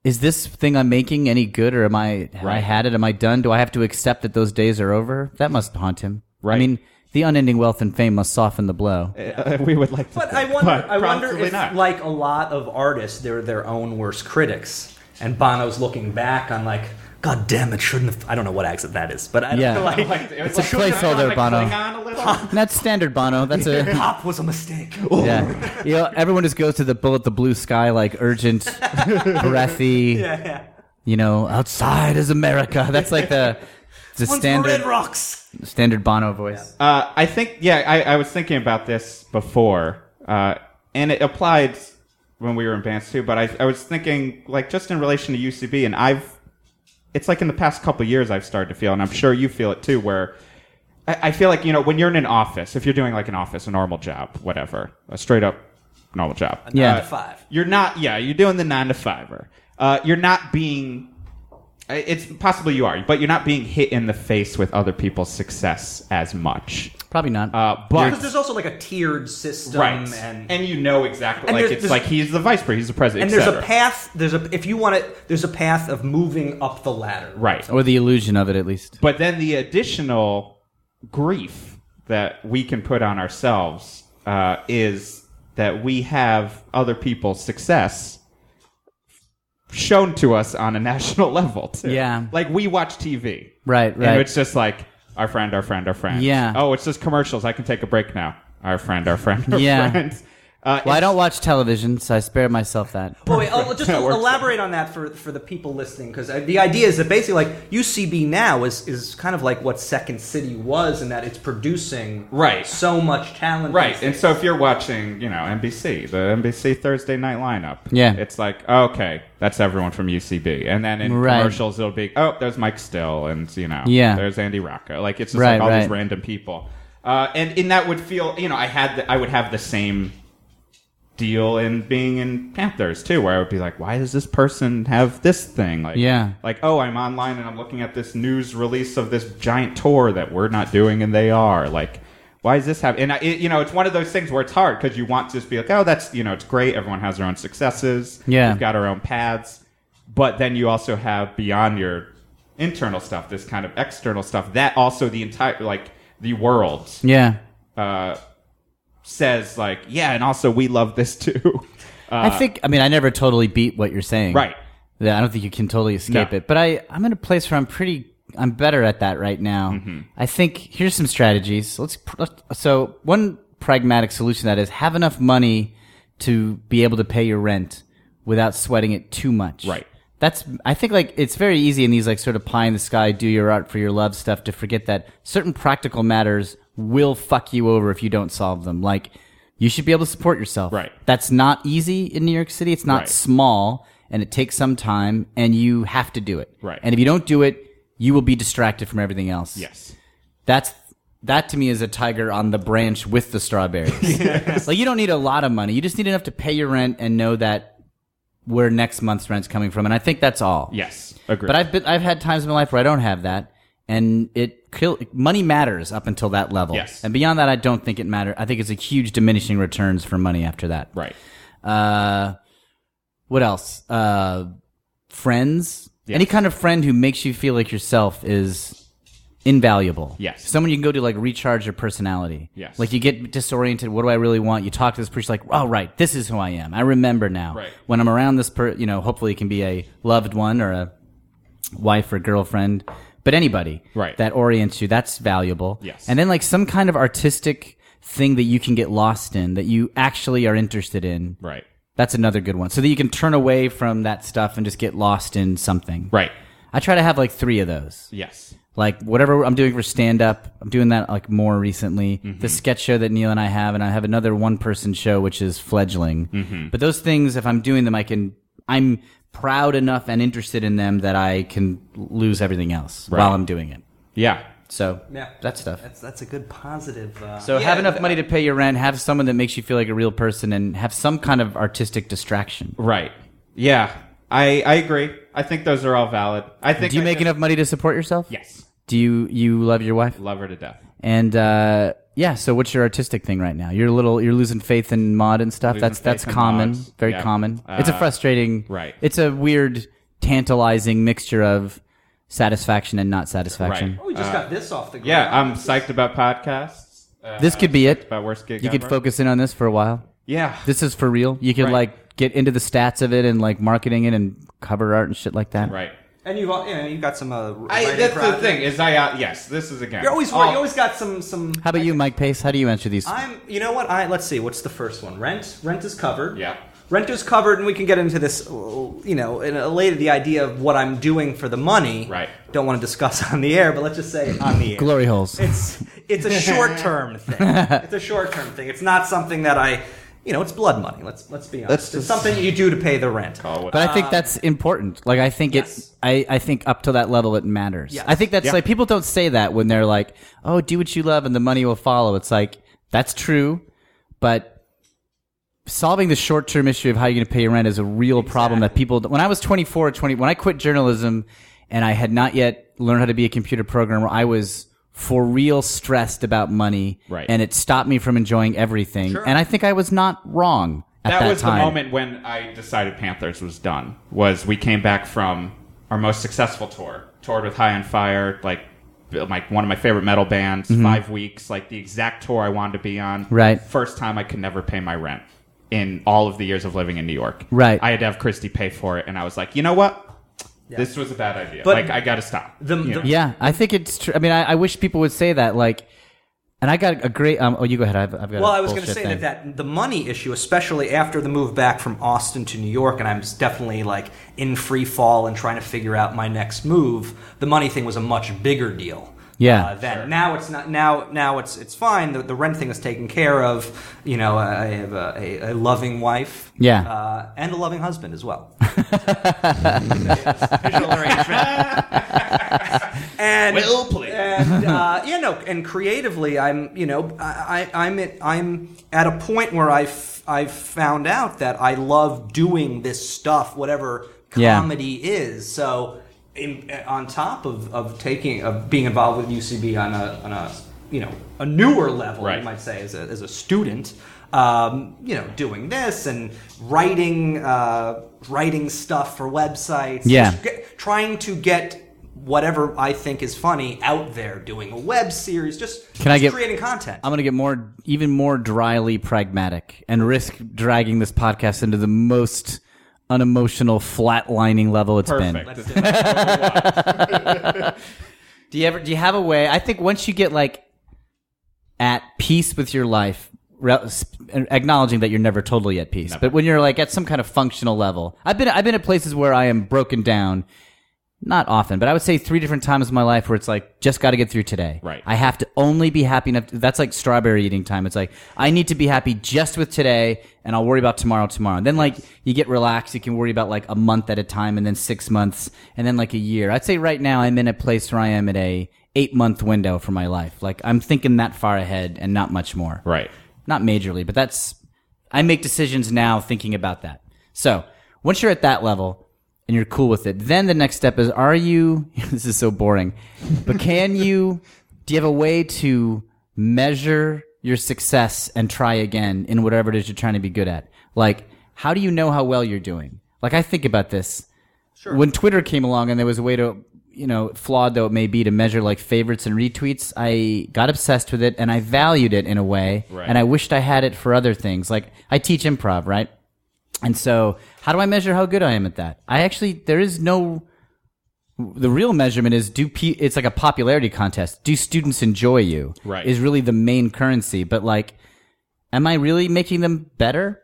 [SPEAKER 4] is this thing I'm making any good, or am I have I
[SPEAKER 3] Right.
[SPEAKER 4] had it? Am I done? Do I have to accept that those days are over? That must haunt him. I
[SPEAKER 3] Right.
[SPEAKER 4] mean, the unending wealth and fame must soften the blow.
[SPEAKER 3] Uh, (laughs) we would like to.
[SPEAKER 2] But I
[SPEAKER 3] think,
[SPEAKER 2] wonder,
[SPEAKER 3] but
[SPEAKER 2] I wonder
[SPEAKER 3] probably
[SPEAKER 2] if,
[SPEAKER 3] not.
[SPEAKER 2] like a lot of artists, they're their own worst critics. And Bono's looking back on like, God damn it, shouldn't have. I don't know what accent that is, but I (laughs)
[SPEAKER 4] Yeah.
[SPEAKER 2] like,
[SPEAKER 3] Like, it was
[SPEAKER 4] It's a
[SPEAKER 3] like-
[SPEAKER 4] placeholder,
[SPEAKER 3] like
[SPEAKER 4] Bono.
[SPEAKER 3] Klingon a
[SPEAKER 2] (laughs)
[SPEAKER 3] little.
[SPEAKER 4] That's standard, Bono. That's
[SPEAKER 3] (laughs)
[SPEAKER 4] a
[SPEAKER 2] pop was a mistake.
[SPEAKER 4] (laughs) yeah. You know, everyone just goes to the bullet, the blue sky, like urgent,
[SPEAKER 3] (laughs)
[SPEAKER 4] breathy.
[SPEAKER 2] yeah.
[SPEAKER 4] You know, outside is America. That's like the the
[SPEAKER 2] Once for Red
[SPEAKER 4] standard
[SPEAKER 2] Rocks.
[SPEAKER 4] standard Bono voice.
[SPEAKER 3] Uh, I think, yeah, I, I was thinking about this before, uh, and it applied when we were in bands too. But I, I was thinking, like, just in relation to UCB, and I've, it's like in the past couple of years, I've started to feel, and I'm sure you feel it too, where I, I feel like you know when you're in an office, if you're doing like an office, a normal job, whatever, a straight up normal job,
[SPEAKER 4] Yeah.
[SPEAKER 2] Nine to five.
[SPEAKER 3] you're not yeah you're doing the nine to fiver uh, you're not being I- it's possible you are but you're not being hit in the face with other people's success as much
[SPEAKER 4] Probably not.
[SPEAKER 3] uh,
[SPEAKER 2] Because
[SPEAKER 3] but
[SPEAKER 2] there's also like a tiered system,
[SPEAKER 3] right
[SPEAKER 2] and
[SPEAKER 3] and, you know exactly
[SPEAKER 2] And
[SPEAKER 3] like
[SPEAKER 2] there's-
[SPEAKER 3] it's
[SPEAKER 2] there's-
[SPEAKER 3] like he's the vice president he's the president
[SPEAKER 2] and there's a
[SPEAKER 3] etc.
[SPEAKER 2] path. There's a if you want it, there's a path of moving up the ladder.
[SPEAKER 3] right
[SPEAKER 4] or the illusion of it, at least.
[SPEAKER 3] but then the additional grief that we can put on ourselves uh, is that we have other people's success shown to us on a (laughs) national level too.
[SPEAKER 4] Yeah.
[SPEAKER 3] like we watch TV,
[SPEAKER 4] Right, right.
[SPEAKER 3] and it's just like our friend, our friend, our friend.
[SPEAKER 4] Yeah.
[SPEAKER 3] Oh, it's just commercials. I can take a break now. Our friend, our friend, our
[SPEAKER 4] Yeah.
[SPEAKER 3] friend. Uh,
[SPEAKER 4] Well, I
[SPEAKER 3] it's-
[SPEAKER 4] don't watch television, so I spare myself that.
[SPEAKER 2] oh, Well, wait, I'll just
[SPEAKER 3] works.
[SPEAKER 2] elaborate on that for, for the people listening, because the idea is that basically, like UCB now is is kind of like what Second City was, in that it's producing
[SPEAKER 3] Right.
[SPEAKER 2] so much talent.
[SPEAKER 3] Right,
[SPEAKER 2] these
[SPEAKER 3] and so if you're watching, you know, NBC, the NBC Thursday night lineup,
[SPEAKER 4] Yeah.
[SPEAKER 3] it's like okay, that's everyone from UCB, and then in
[SPEAKER 4] Right.
[SPEAKER 3] commercials it'll be oh, there's Mike Still, and you know,
[SPEAKER 4] Yeah.
[SPEAKER 3] there's Andy Rocco, like it's just
[SPEAKER 4] Right,
[SPEAKER 3] like all
[SPEAKER 4] right.
[SPEAKER 3] these random people, uh, and and that would feel, you know, I had the, I would have the same deal in being in Panthers too, where I would be like, why does this person have this thing? Like,
[SPEAKER 4] Yeah.
[SPEAKER 3] like oh, I'm online and I'm looking at this news release of this giant tour that we're not doing and they are. Like, why is this happening? And I, it, you know, it's one of those things where it's hard because you want to just be like, oh, that's you know, it's great. Everyone has their own successes.
[SPEAKER 4] Yeah.
[SPEAKER 3] we've got our own paths, but then you also have beyond your internal stuff, this kind of external stuff that also the entire like the world
[SPEAKER 4] Yeah.
[SPEAKER 3] uh, says like, yeah, and also we love this too. (laughs)
[SPEAKER 4] I think. I mean, I never totally beat what you're saying.
[SPEAKER 3] Uh, Right.
[SPEAKER 4] Yeah, I don't think you can totally escape
[SPEAKER 3] No.
[SPEAKER 4] it. But I, I'm in a place where I'm pretty. I'm better at that right now.
[SPEAKER 3] Mm-hmm.
[SPEAKER 4] I think here's some strategies. Let's, pr- let's. So one pragmatic solution to that is have enough money to be able to pay your rent without sweating it too much.
[SPEAKER 3] Right.
[SPEAKER 4] That's. I think like it's very easy in these like sort of pie in the sky, do your art for your love stuff to forget that certain practical matters will fuck you over if you don't solve them. Like You should be able to support yourself.
[SPEAKER 3] Right.
[SPEAKER 4] That's not easy in New York City. It's not
[SPEAKER 3] Right.
[SPEAKER 4] small and it takes some time and you have to do it.
[SPEAKER 3] Right.
[SPEAKER 4] And if you don't do it, you will be distracted from everything else.
[SPEAKER 3] Yes.
[SPEAKER 4] That's that to me is a tiger on the branch with
[SPEAKER 3] (laughs)
[SPEAKER 4] the strawberries. Like you don't need a lot of money. You just need enough to pay your rent and know that where next month's rent's coming from. And I think that's all.
[SPEAKER 3] Yes. Agree.
[SPEAKER 4] But I've been, I've had times in my life where I don't have that, and it kill, money matters up until that level.
[SPEAKER 3] Yes.
[SPEAKER 4] And beyond that, I don't think it matters. I think it's a huge diminishing returns for money after that.
[SPEAKER 3] right.
[SPEAKER 4] Uh, what else? Uh, friends. Any kind of friend who makes you feel like yourself is invaluable.
[SPEAKER 3] Yes.
[SPEAKER 4] Someone you can go to like recharge your personality.
[SPEAKER 3] Yes.
[SPEAKER 4] Like you get disoriented. What do I really want? You talk to this person like, oh right, this is who I am. I remember now.
[SPEAKER 3] Right.
[SPEAKER 4] When I'm around this per, you know, hopefully it can be a loved one or a wife or girlfriend, but anybody
[SPEAKER 3] Right.
[SPEAKER 4] that orients you, that's valuable.
[SPEAKER 3] Yes.
[SPEAKER 4] And then like some kind of artistic thing that you can get lost in that you actually are interested in.
[SPEAKER 3] Right.
[SPEAKER 4] That's another good one. So that you can turn away from that stuff and just get lost in something.
[SPEAKER 3] Right.
[SPEAKER 4] I try to have like three of those.
[SPEAKER 3] Yes.
[SPEAKER 4] Like whatever I'm doing for stand up, I'm doing that like more recently. The sketch show that Neil and I have, and I have another one person show which is fledgling. But those things, if I'm doing them, I can I'm proud enough and interested in them that I can lose everything else while I'm doing it.
[SPEAKER 3] Yeah.
[SPEAKER 4] So
[SPEAKER 2] Yeah.
[SPEAKER 4] that stuff.
[SPEAKER 2] That's that's a good positive. Uh,
[SPEAKER 4] So have
[SPEAKER 2] Yeah,
[SPEAKER 4] enough
[SPEAKER 2] th-
[SPEAKER 4] money to pay your rent, have someone that makes you feel like a real person, and have some kind of artistic distraction.
[SPEAKER 3] Right. Yeah. I I agree. I think those are all valid. I think
[SPEAKER 4] Do you
[SPEAKER 3] I
[SPEAKER 4] make
[SPEAKER 3] just-
[SPEAKER 4] enough money to support yourself?
[SPEAKER 3] Yes.
[SPEAKER 4] Do you you love your wife?
[SPEAKER 3] Love her to death.
[SPEAKER 4] And uh, yeah, so what's your artistic thing right now? You're a little you're losing faith in mod and stuff.
[SPEAKER 3] Losing
[SPEAKER 4] that's that's
[SPEAKER 3] faith in
[SPEAKER 4] common,
[SPEAKER 3] mods.
[SPEAKER 4] very
[SPEAKER 3] Yeah.
[SPEAKER 4] common. it's a
[SPEAKER 3] Uh,
[SPEAKER 4] frustrating,
[SPEAKER 3] right.
[SPEAKER 4] It's a weird, tantalizing mixture of satisfaction and not satisfaction.
[SPEAKER 3] Right.
[SPEAKER 2] Oh, we just got this off the ground.
[SPEAKER 3] uh, Yeah. I'm psyched about podcasts. Uh,
[SPEAKER 4] This could be it.
[SPEAKER 3] about worst gig.
[SPEAKER 4] You could
[SPEAKER 3] ever.
[SPEAKER 4] focus in on this for a while.
[SPEAKER 3] Yeah.
[SPEAKER 4] This is for real. You could
[SPEAKER 3] Right.
[SPEAKER 4] like get into the stats of it and like marketing it and cover art and shit like that.
[SPEAKER 3] right.
[SPEAKER 2] and you've al- you know, you've got some. Uh,
[SPEAKER 3] I,
[SPEAKER 2] writing
[SPEAKER 3] that's the
[SPEAKER 2] project.
[SPEAKER 3] thing Oh. is I uh, yes this is again
[SPEAKER 2] You're always
[SPEAKER 3] all-
[SPEAKER 2] you always got some some.
[SPEAKER 4] How about you, Mike Pace? How do you answer these?
[SPEAKER 2] I'm. You know what? I let's see. What's the first one? Rent. Rent is covered.
[SPEAKER 3] Yeah.
[SPEAKER 2] Rent is covered, and we can get into this. uh, You know, in a later the idea of what I'm doing for the money.
[SPEAKER 3] Right.
[SPEAKER 2] Don't want to discuss (laughs) on the air, but let's just say on the air. (laughs)
[SPEAKER 4] Glory holes.
[SPEAKER 2] It's it's a short
[SPEAKER 3] (laughs)
[SPEAKER 2] term thing. It's a short term thing. It's not something that I. You know, it's blood money. Let's let's be honest.
[SPEAKER 3] Let's
[SPEAKER 2] it's
[SPEAKER 3] just-
[SPEAKER 2] something you do to pay the rent.
[SPEAKER 3] Oh,
[SPEAKER 4] But I think that's important. Like I think
[SPEAKER 2] Um, yes.
[SPEAKER 4] it I, I think up to that level it matters.
[SPEAKER 2] Yes.
[SPEAKER 4] I think that's
[SPEAKER 3] Yeah.
[SPEAKER 4] like people don't say that when they're like, "Oh, do what you love and the money will follow." It's like that's true, but solving the short-term issue of how you're going to pay your rent is a real problem that people when I was 24 or 20 when I quit journalism and I had not yet learned how to be a computer programmer, I was for real stressed about money
[SPEAKER 3] Right.
[SPEAKER 4] and it stopped me from enjoying everything. And I think I was not wrong at that,
[SPEAKER 3] that was
[SPEAKER 4] time.
[SPEAKER 3] the moment when I decided Panthers was done. Was we came back from our most successful tour, toured with High on Fire, like like one of my favorite metal bands, five weeks, like the exact tour I wanted to be on.
[SPEAKER 4] Mm-hmm. Right.
[SPEAKER 3] First time I could never pay my rent in all of the years of living in New York.
[SPEAKER 4] Right.
[SPEAKER 3] I had to have Christy pay for it, and I was like, you know what? This was a bad idea.
[SPEAKER 2] But-
[SPEAKER 3] like I got to stop.
[SPEAKER 2] The-
[SPEAKER 3] you
[SPEAKER 2] the-
[SPEAKER 3] know?
[SPEAKER 4] Yeah, I think it's true. I mean, I, I wish people would say that. Like, and I got a great. Um, oh, you go ahead. I've, I've got.
[SPEAKER 2] Well,
[SPEAKER 4] I
[SPEAKER 2] I was going to say that, that the money issue, especially after the move back from Austin to New York, and I'm s- definitely like in free fall and trying to figure out my next move. The money thing was a much bigger deal.
[SPEAKER 4] Yeah.
[SPEAKER 2] Uh, then now it's not. Now now it's it's fine. The, the rent thing is taken care of. You know, I have a, a, a loving wife.
[SPEAKER 4] Yeah.
[SPEAKER 2] Uh, and a loving husband as
[SPEAKER 4] (laughs)
[SPEAKER 2] well. (laughs) and
[SPEAKER 3] Well played.
[SPEAKER 2] And uh, you know, and creatively, I'm you know, I, I, I'm at, I'm at a point where I've I've found out that I love doing this stuff, whatever
[SPEAKER 4] Yeah.
[SPEAKER 2] comedy is. So, in, on top of, of taking of being involved with UCB on a on a you know a newer level,
[SPEAKER 3] Right.
[SPEAKER 2] you might say, as a as a student. Um, you know, doing this and writing, uh, writing stuff for websites.
[SPEAKER 4] Yeah.
[SPEAKER 2] Just get- trying to get whatever I think is funny out there, doing a web series, just,
[SPEAKER 4] Can I
[SPEAKER 2] just
[SPEAKER 4] get-
[SPEAKER 2] creating content.
[SPEAKER 4] I'm going to get more, even more dryly pragmatic, and risk dragging this podcast into the most unemotional, flatlining level it's been.
[SPEAKER 3] Perfect.
[SPEAKER 4] Do you ever? Do you have a way? I think once you get like at peace with your life. re- sp- Acknowledging that you're never totally at peace, but when you're like at some kind of functional level, I've been I've been at places where I am broken down not often, but I would say three different times in my life where it's like, just got to get through today.
[SPEAKER 3] Right.
[SPEAKER 4] I have to only be happy enough. that's like strawberry eating time. It's like, I need to be happy just with today and I'll worry about tomorrow tomorrow. Then like you get relaxed. You can worry about like a month at a time and then six months and then like a year. I'd say right now I'm in a place where I am at a eight month window for my life. Like I'm thinking that far ahead and not much more.
[SPEAKER 3] Right.
[SPEAKER 4] Not majorly, but that's, I make decisions now thinking about that. So once you're at that level, and you're cool with it. Then the next step is are you (laughs) this is so boring. But can you do you have a way to measure your success and try again in whatever it is you're trying to be good at? Like how do you know how well you're doing? Like I think about this. Sure. When Twitter came along and there was a way to you know, flawed though it may be to measure like favorites and retweets, I got obsessed with it and I valued it in a way.
[SPEAKER 3] Right.
[SPEAKER 4] And I wished I had it for other things. Like I teach improv, right? And so, how do I measure how good I am at that? I actually there is no the real measurement is do pe- it's like a popularity contest. Do students enjoy you?
[SPEAKER 3] Right.
[SPEAKER 4] Is really the main currency, but like am I really making them better?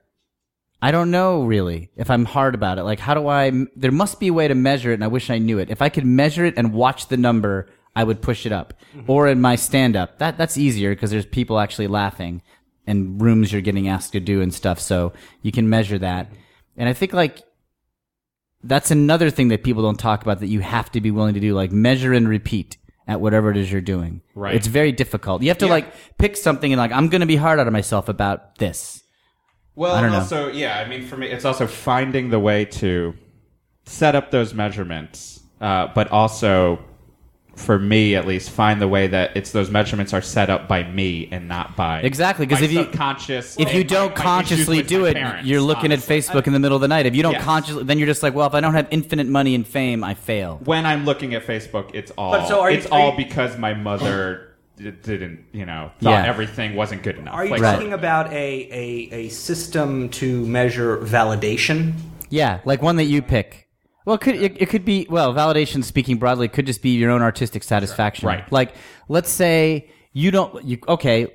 [SPEAKER 4] I don't know really if I'm hard about it. Like how do I there must be a way to measure it and I wish I knew it. If I could measure it and watch the number, I would push it up. Or in my stand up. That that's easier because there's people actually laughing and rooms you're getting asked to do and stuff. So you can measure that. And I think like that's another thing that people don't talk about that you have to be willing to do, like measure and repeat at whatever it is you're doing.
[SPEAKER 3] Right.
[SPEAKER 4] It's very difficult. You have to like pick something and like, I'm going to be hard out of myself about this.
[SPEAKER 3] Well,
[SPEAKER 4] I don't
[SPEAKER 3] and
[SPEAKER 4] know.
[SPEAKER 3] also, yeah, I mean, for me, it's also finding the way to set up those measurements, uh, but also, for me at least, find the way that it's those measurements are set up by me and not by
[SPEAKER 4] Exactly, 'cause
[SPEAKER 3] my
[SPEAKER 4] if you-
[SPEAKER 3] subconscious,
[SPEAKER 4] If you
[SPEAKER 3] and my-
[SPEAKER 4] don't
[SPEAKER 3] my issues
[SPEAKER 4] consciously
[SPEAKER 3] with
[SPEAKER 4] do
[SPEAKER 3] my
[SPEAKER 4] it,
[SPEAKER 3] parents,
[SPEAKER 4] you're looking
[SPEAKER 3] honestly.
[SPEAKER 4] at Facebook in the middle of the night. If you don't
[SPEAKER 3] Yes.
[SPEAKER 4] consciously, then you're just like, well, if I don't have infinite money and fame, I fail.
[SPEAKER 3] When I'm looking at Facebook, it's all
[SPEAKER 2] But so are you-
[SPEAKER 3] it's
[SPEAKER 2] are
[SPEAKER 3] all
[SPEAKER 2] you-
[SPEAKER 3] because
[SPEAKER 2] (clears throat)
[SPEAKER 3] my mother d- didn't, you know, thought
[SPEAKER 4] Yeah.
[SPEAKER 3] everything wasn't good enough.
[SPEAKER 2] Are you
[SPEAKER 3] Like,
[SPEAKER 4] (laughs) Right.
[SPEAKER 2] talking about a, a, a system to measure validation?
[SPEAKER 4] Yeah, like one that you pick. Well, it could it, it could be well validation. Speaking broadly, it could just be your own artistic satisfaction.
[SPEAKER 3] Right.
[SPEAKER 4] Like, let's say you don't. You okay?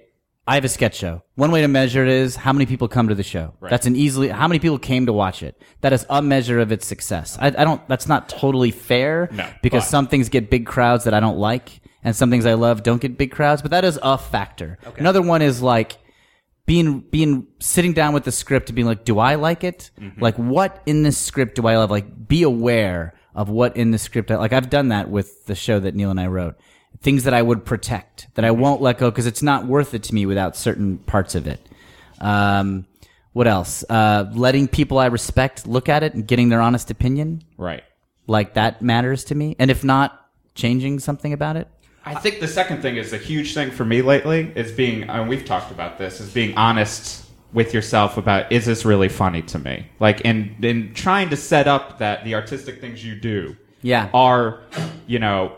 [SPEAKER 4] I have a sketch show. One way to measure it is how many people come to the show. That's an easily how many people came to watch it. That is a measure of its success. I, I don't. That's not totally fair.
[SPEAKER 3] No,
[SPEAKER 4] because
[SPEAKER 3] but-
[SPEAKER 4] some things get big crowds that I don't like, and some things I love don't get big crowds. But that is a factor. Another one is like being being sitting down with the script and being like, do I like it? Like, what in this script do I love? Like, be aware of what in the script. I, like, I've done that with the show that Neil and I wrote. Things that I would protect, that I won't let go because it's not worth it to me without certain parts of it. Um, what else? Uh, letting people I respect look at it and getting their honest opinion,
[SPEAKER 3] Right.
[SPEAKER 4] like that matters to me. And if not, changing something about it.
[SPEAKER 3] I think the second thing is a huge thing for me lately is being, and we've talked about this, is being honest with yourself about is this really funny to me? Like, and and trying to set up that the artistic things you do,
[SPEAKER 4] Yeah.
[SPEAKER 3] are, you know,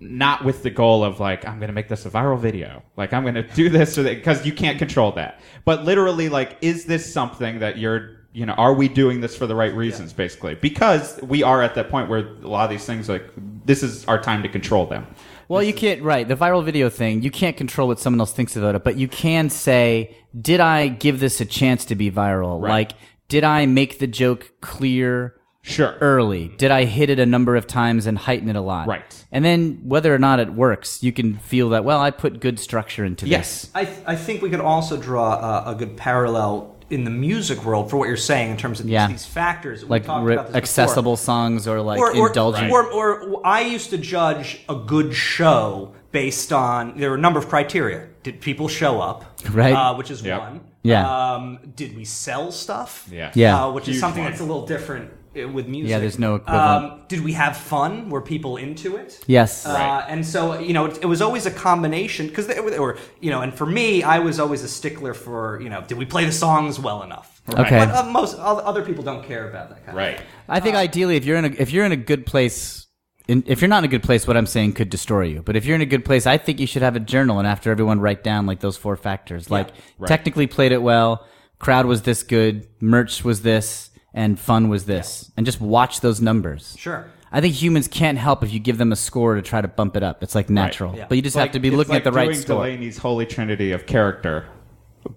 [SPEAKER 3] not with the goal of like I'm going to make this a viral video, like I'm going to do this or that, because you can't control that. But literally, like, is this something that you're you know, are we doing this for the right reasons, basically? Because we are at that point where a lot of these things, like, this is our time to control them.
[SPEAKER 4] Well, you can't right the viral video thing. You can't control what someone else thinks about it, but you can say, "Did I give this a chance to be viral? Like, did I make the joke clear
[SPEAKER 3] Sure.
[SPEAKER 4] early? Did I hit it a number of times and heighten it a lot?
[SPEAKER 3] Right.
[SPEAKER 4] And then whether or not it works, you can feel that. Well, I put good structure into
[SPEAKER 3] Yes.
[SPEAKER 2] I, th- I think we could also draw a, a good parallel in the music world for what you're saying in terms of
[SPEAKER 4] Yeah.
[SPEAKER 2] these, these factors. that
[SPEAKER 4] this,
[SPEAKER 2] we
[SPEAKER 4] like
[SPEAKER 2] talked
[SPEAKER 4] re-
[SPEAKER 2] about this before.
[SPEAKER 4] accessible songs or like
[SPEAKER 2] or, or,
[SPEAKER 4] indulgent.
[SPEAKER 2] Or, or, I used to judge a good show based on there were a number of criteria. Did people show up?
[SPEAKER 4] Right.
[SPEAKER 2] uh, which is
[SPEAKER 3] Yep.
[SPEAKER 2] one.
[SPEAKER 4] Yeah.
[SPEAKER 2] Um, did we sell stuff?
[SPEAKER 3] Yeah.
[SPEAKER 4] Yeah.
[SPEAKER 2] Uh, which is
[SPEAKER 3] Huge
[SPEAKER 2] something
[SPEAKER 3] one.
[SPEAKER 2] that's a little different uh, with music.
[SPEAKER 4] there's no equivalent.
[SPEAKER 2] Um, did we have fun? Were people into it?
[SPEAKER 4] Yes.
[SPEAKER 2] Uh, and so you know, it, it was always a combination because they, they were you know, and for me, I was always a stickler for you know, did we play the songs well enough?
[SPEAKER 4] Okay.
[SPEAKER 2] But uh, most o- other people don't care about that kind.
[SPEAKER 4] (laughs)
[SPEAKER 3] Right.
[SPEAKER 4] I think ideally, if you're in a if you're in a good place, in, if you're not in a good place, what I'm saying could destroy you. But if you're in a good place, I think you should have a journal and after everyone write down like those four factors, like technically played it well, crowd was this good, merch was this, and fun was this, and just watch those numbers.
[SPEAKER 2] Of. Sure.
[SPEAKER 4] I think humans can't help if you give them a score to try to bump it up. It's like natural, but you just have to be
[SPEAKER 3] It's
[SPEAKER 4] looking
[SPEAKER 3] like
[SPEAKER 4] at the right
[SPEAKER 3] doing
[SPEAKER 4] score.
[SPEAKER 3] Delaney's holy trinity of character,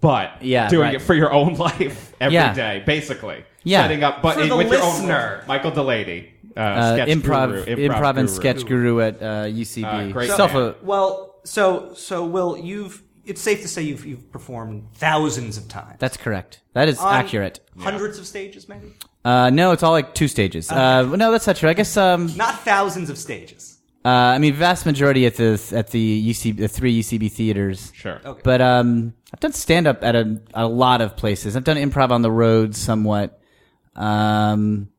[SPEAKER 3] but
[SPEAKER 4] Yeah,
[SPEAKER 3] doing
[SPEAKER 4] right.
[SPEAKER 3] it for your own (laughs) life every day,
[SPEAKER 4] Yeah.
[SPEAKER 3] basically.
[SPEAKER 4] Yeah.
[SPEAKER 3] Setting up, but
[SPEAKER 2] For the
[SPEAKER 3] with your own
[SPEAKER 2] listener.
[SPEAKER 3] Michael Delaney. uh,
[SPEAKER 4] uh,
[SPEAKER 3] sketch
[SPEAKER 4] improv,
[SPEAKER 3] guru,
[SPEAKER 4] improv,
[SPEAKER 3] guru.
[SPEAKER 4] and sketch guru at uh, UCB.
[SPEAKER 3] Uh, great
[SPEAKER 4] Self-
[SPEAKER 3] man.
[SPEAKER 2] Well, so so Will, you've it's safe to say you've you've performed thousands of times.
[SPEAKER 4] that's correct. That is
[SPEAKER 3] Um,
[SPEAKER 2] On
[SPEAKER 4] accurate.
[SPEAKER 2] Hundreds of stages, maybe.
[SPEAKER 4] Uh, no, it's all like two stages. Uh, no, that's not true. I guess um,
[SPEAKER 2] Not thousands of stages.
[SPEAKER 4] uh, I mean vast majority at the at the UCB, the three UCB theaters.
[SPEAKER 3] Sure.
[SPEAKER 2] Okay.
[SPEAKER 4] But um, I've done stand up at a, a lot of places. I've done improv on the road somewhat. Um,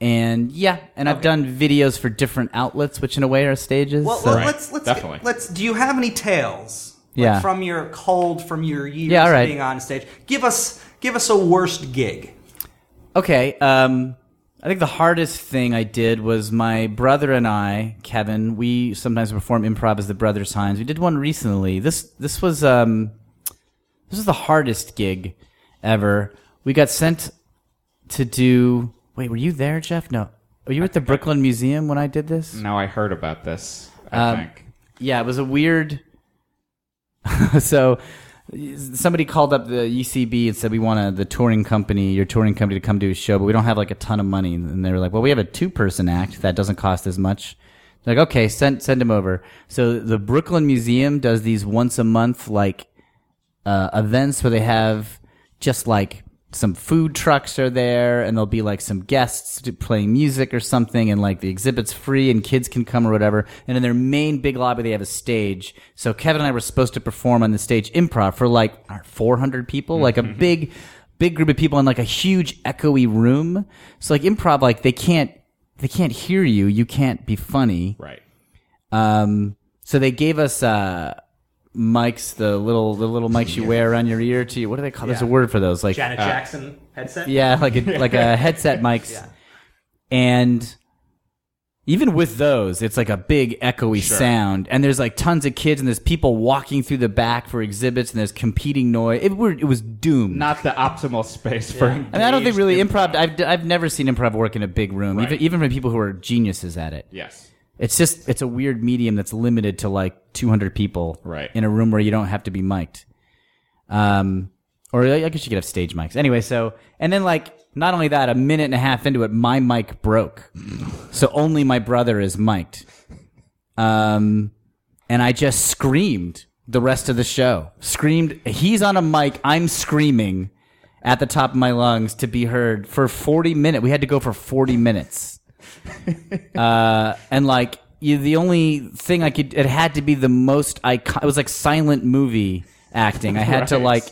[SPEAKER 4] and yeah, and I've done videos for different outlets, which in a way are stages.
[SPEAKER 2] Well,
[SPEAKER 4] so-
[SPEAKER 2] well, let's let's
[SPEAKER 3] Definitely.
[SPEAKER 2] let's. Do you have any tales? Like,
[SPEAKER 4] Yeah.
[SPEAKER 2] From your cold, from your years
[SPEAKER 4] Yeah, all right.
[SPEAKER 2] being on stage, give us give us a worst gig.
[SPEAKER 4] Okay. Um, I think the hardest thing I did was my brother and I, Kevin. We sometimes perform improv as the Brothers Hines. We did one recently. This this was um, this was the hardest gig ever. We got sent to do. Wait, were you there, Jeff? No. Were you at the Brooklyn Museum when I did this?
[SPEAKER 3] Now I heard about this. I
[SPEAKER 4] Um,
[SPEAKER 3] think.
[SPEAKER 4] Yeah, it was a weird. (laughs) so somebody called up the UCB and said we want a, the touring company, your touring company, to come do a show, but we don't have like a ton of money. And they were like, "Well, we have a two-person act that doesn't cost as much." They're like, "Okay, send send him over." So the Brooklyn Museum does these once a month like uh, events where they have just like some food trucks are there and there'll be like some guests to- playing music or something and like the exhibit's free and kids can come or whatever and in their main big lobby they have a stage so kevin and i were supposed to perform on the stage improv for like I don't know, 400 people like a big big group of people in like a huge echoey room so like improv like they can't they can't hear you you can't be funny
[SPEAKER 3] Right.
[SPEAKER 4] um, so they gave us uh, mics, the little the little mics you wear around your ear to what do they call? There's a word for those, like
[SPEAKER 2] Janet Jackson headset.
[SPEAKER 4] Uh, yeah, like a, like a headset mics, and even with those, it's like a big echoey sound. And there's like tons of kids, and there's people walking through the back for exhibits, and there's competing noise. It, were, it was doomed.
[SPEAKER 3] Not the optimal space for.
[SPEAKER 4] I mean, I don't think really improv. I've, I've never seen improv work in a big room, even even from people who are geniuses at it.
[SPEAKER 3] Yes.
[SPEAKER 4] It's just it's a weird medium that's limited to like 200 people
[SPEAKER 3] Right.
[SPEAKER 4] in a room where you don't have to be mic'd. Um, or I guess you could have stage mics. Anyway, so and then like not only that, a minute and a half into it, my mic broke, so only my brother is mic'd. Um, and I just screamed the rest of the show. Screamed. He's on a mic. I'm screaming at the top of my lungs to be heard for 40 minutes. We had to go for 40 minutes Uh, and like you, the only thing I could, it had to be the most icon. It was like silent movie acting. I had to like,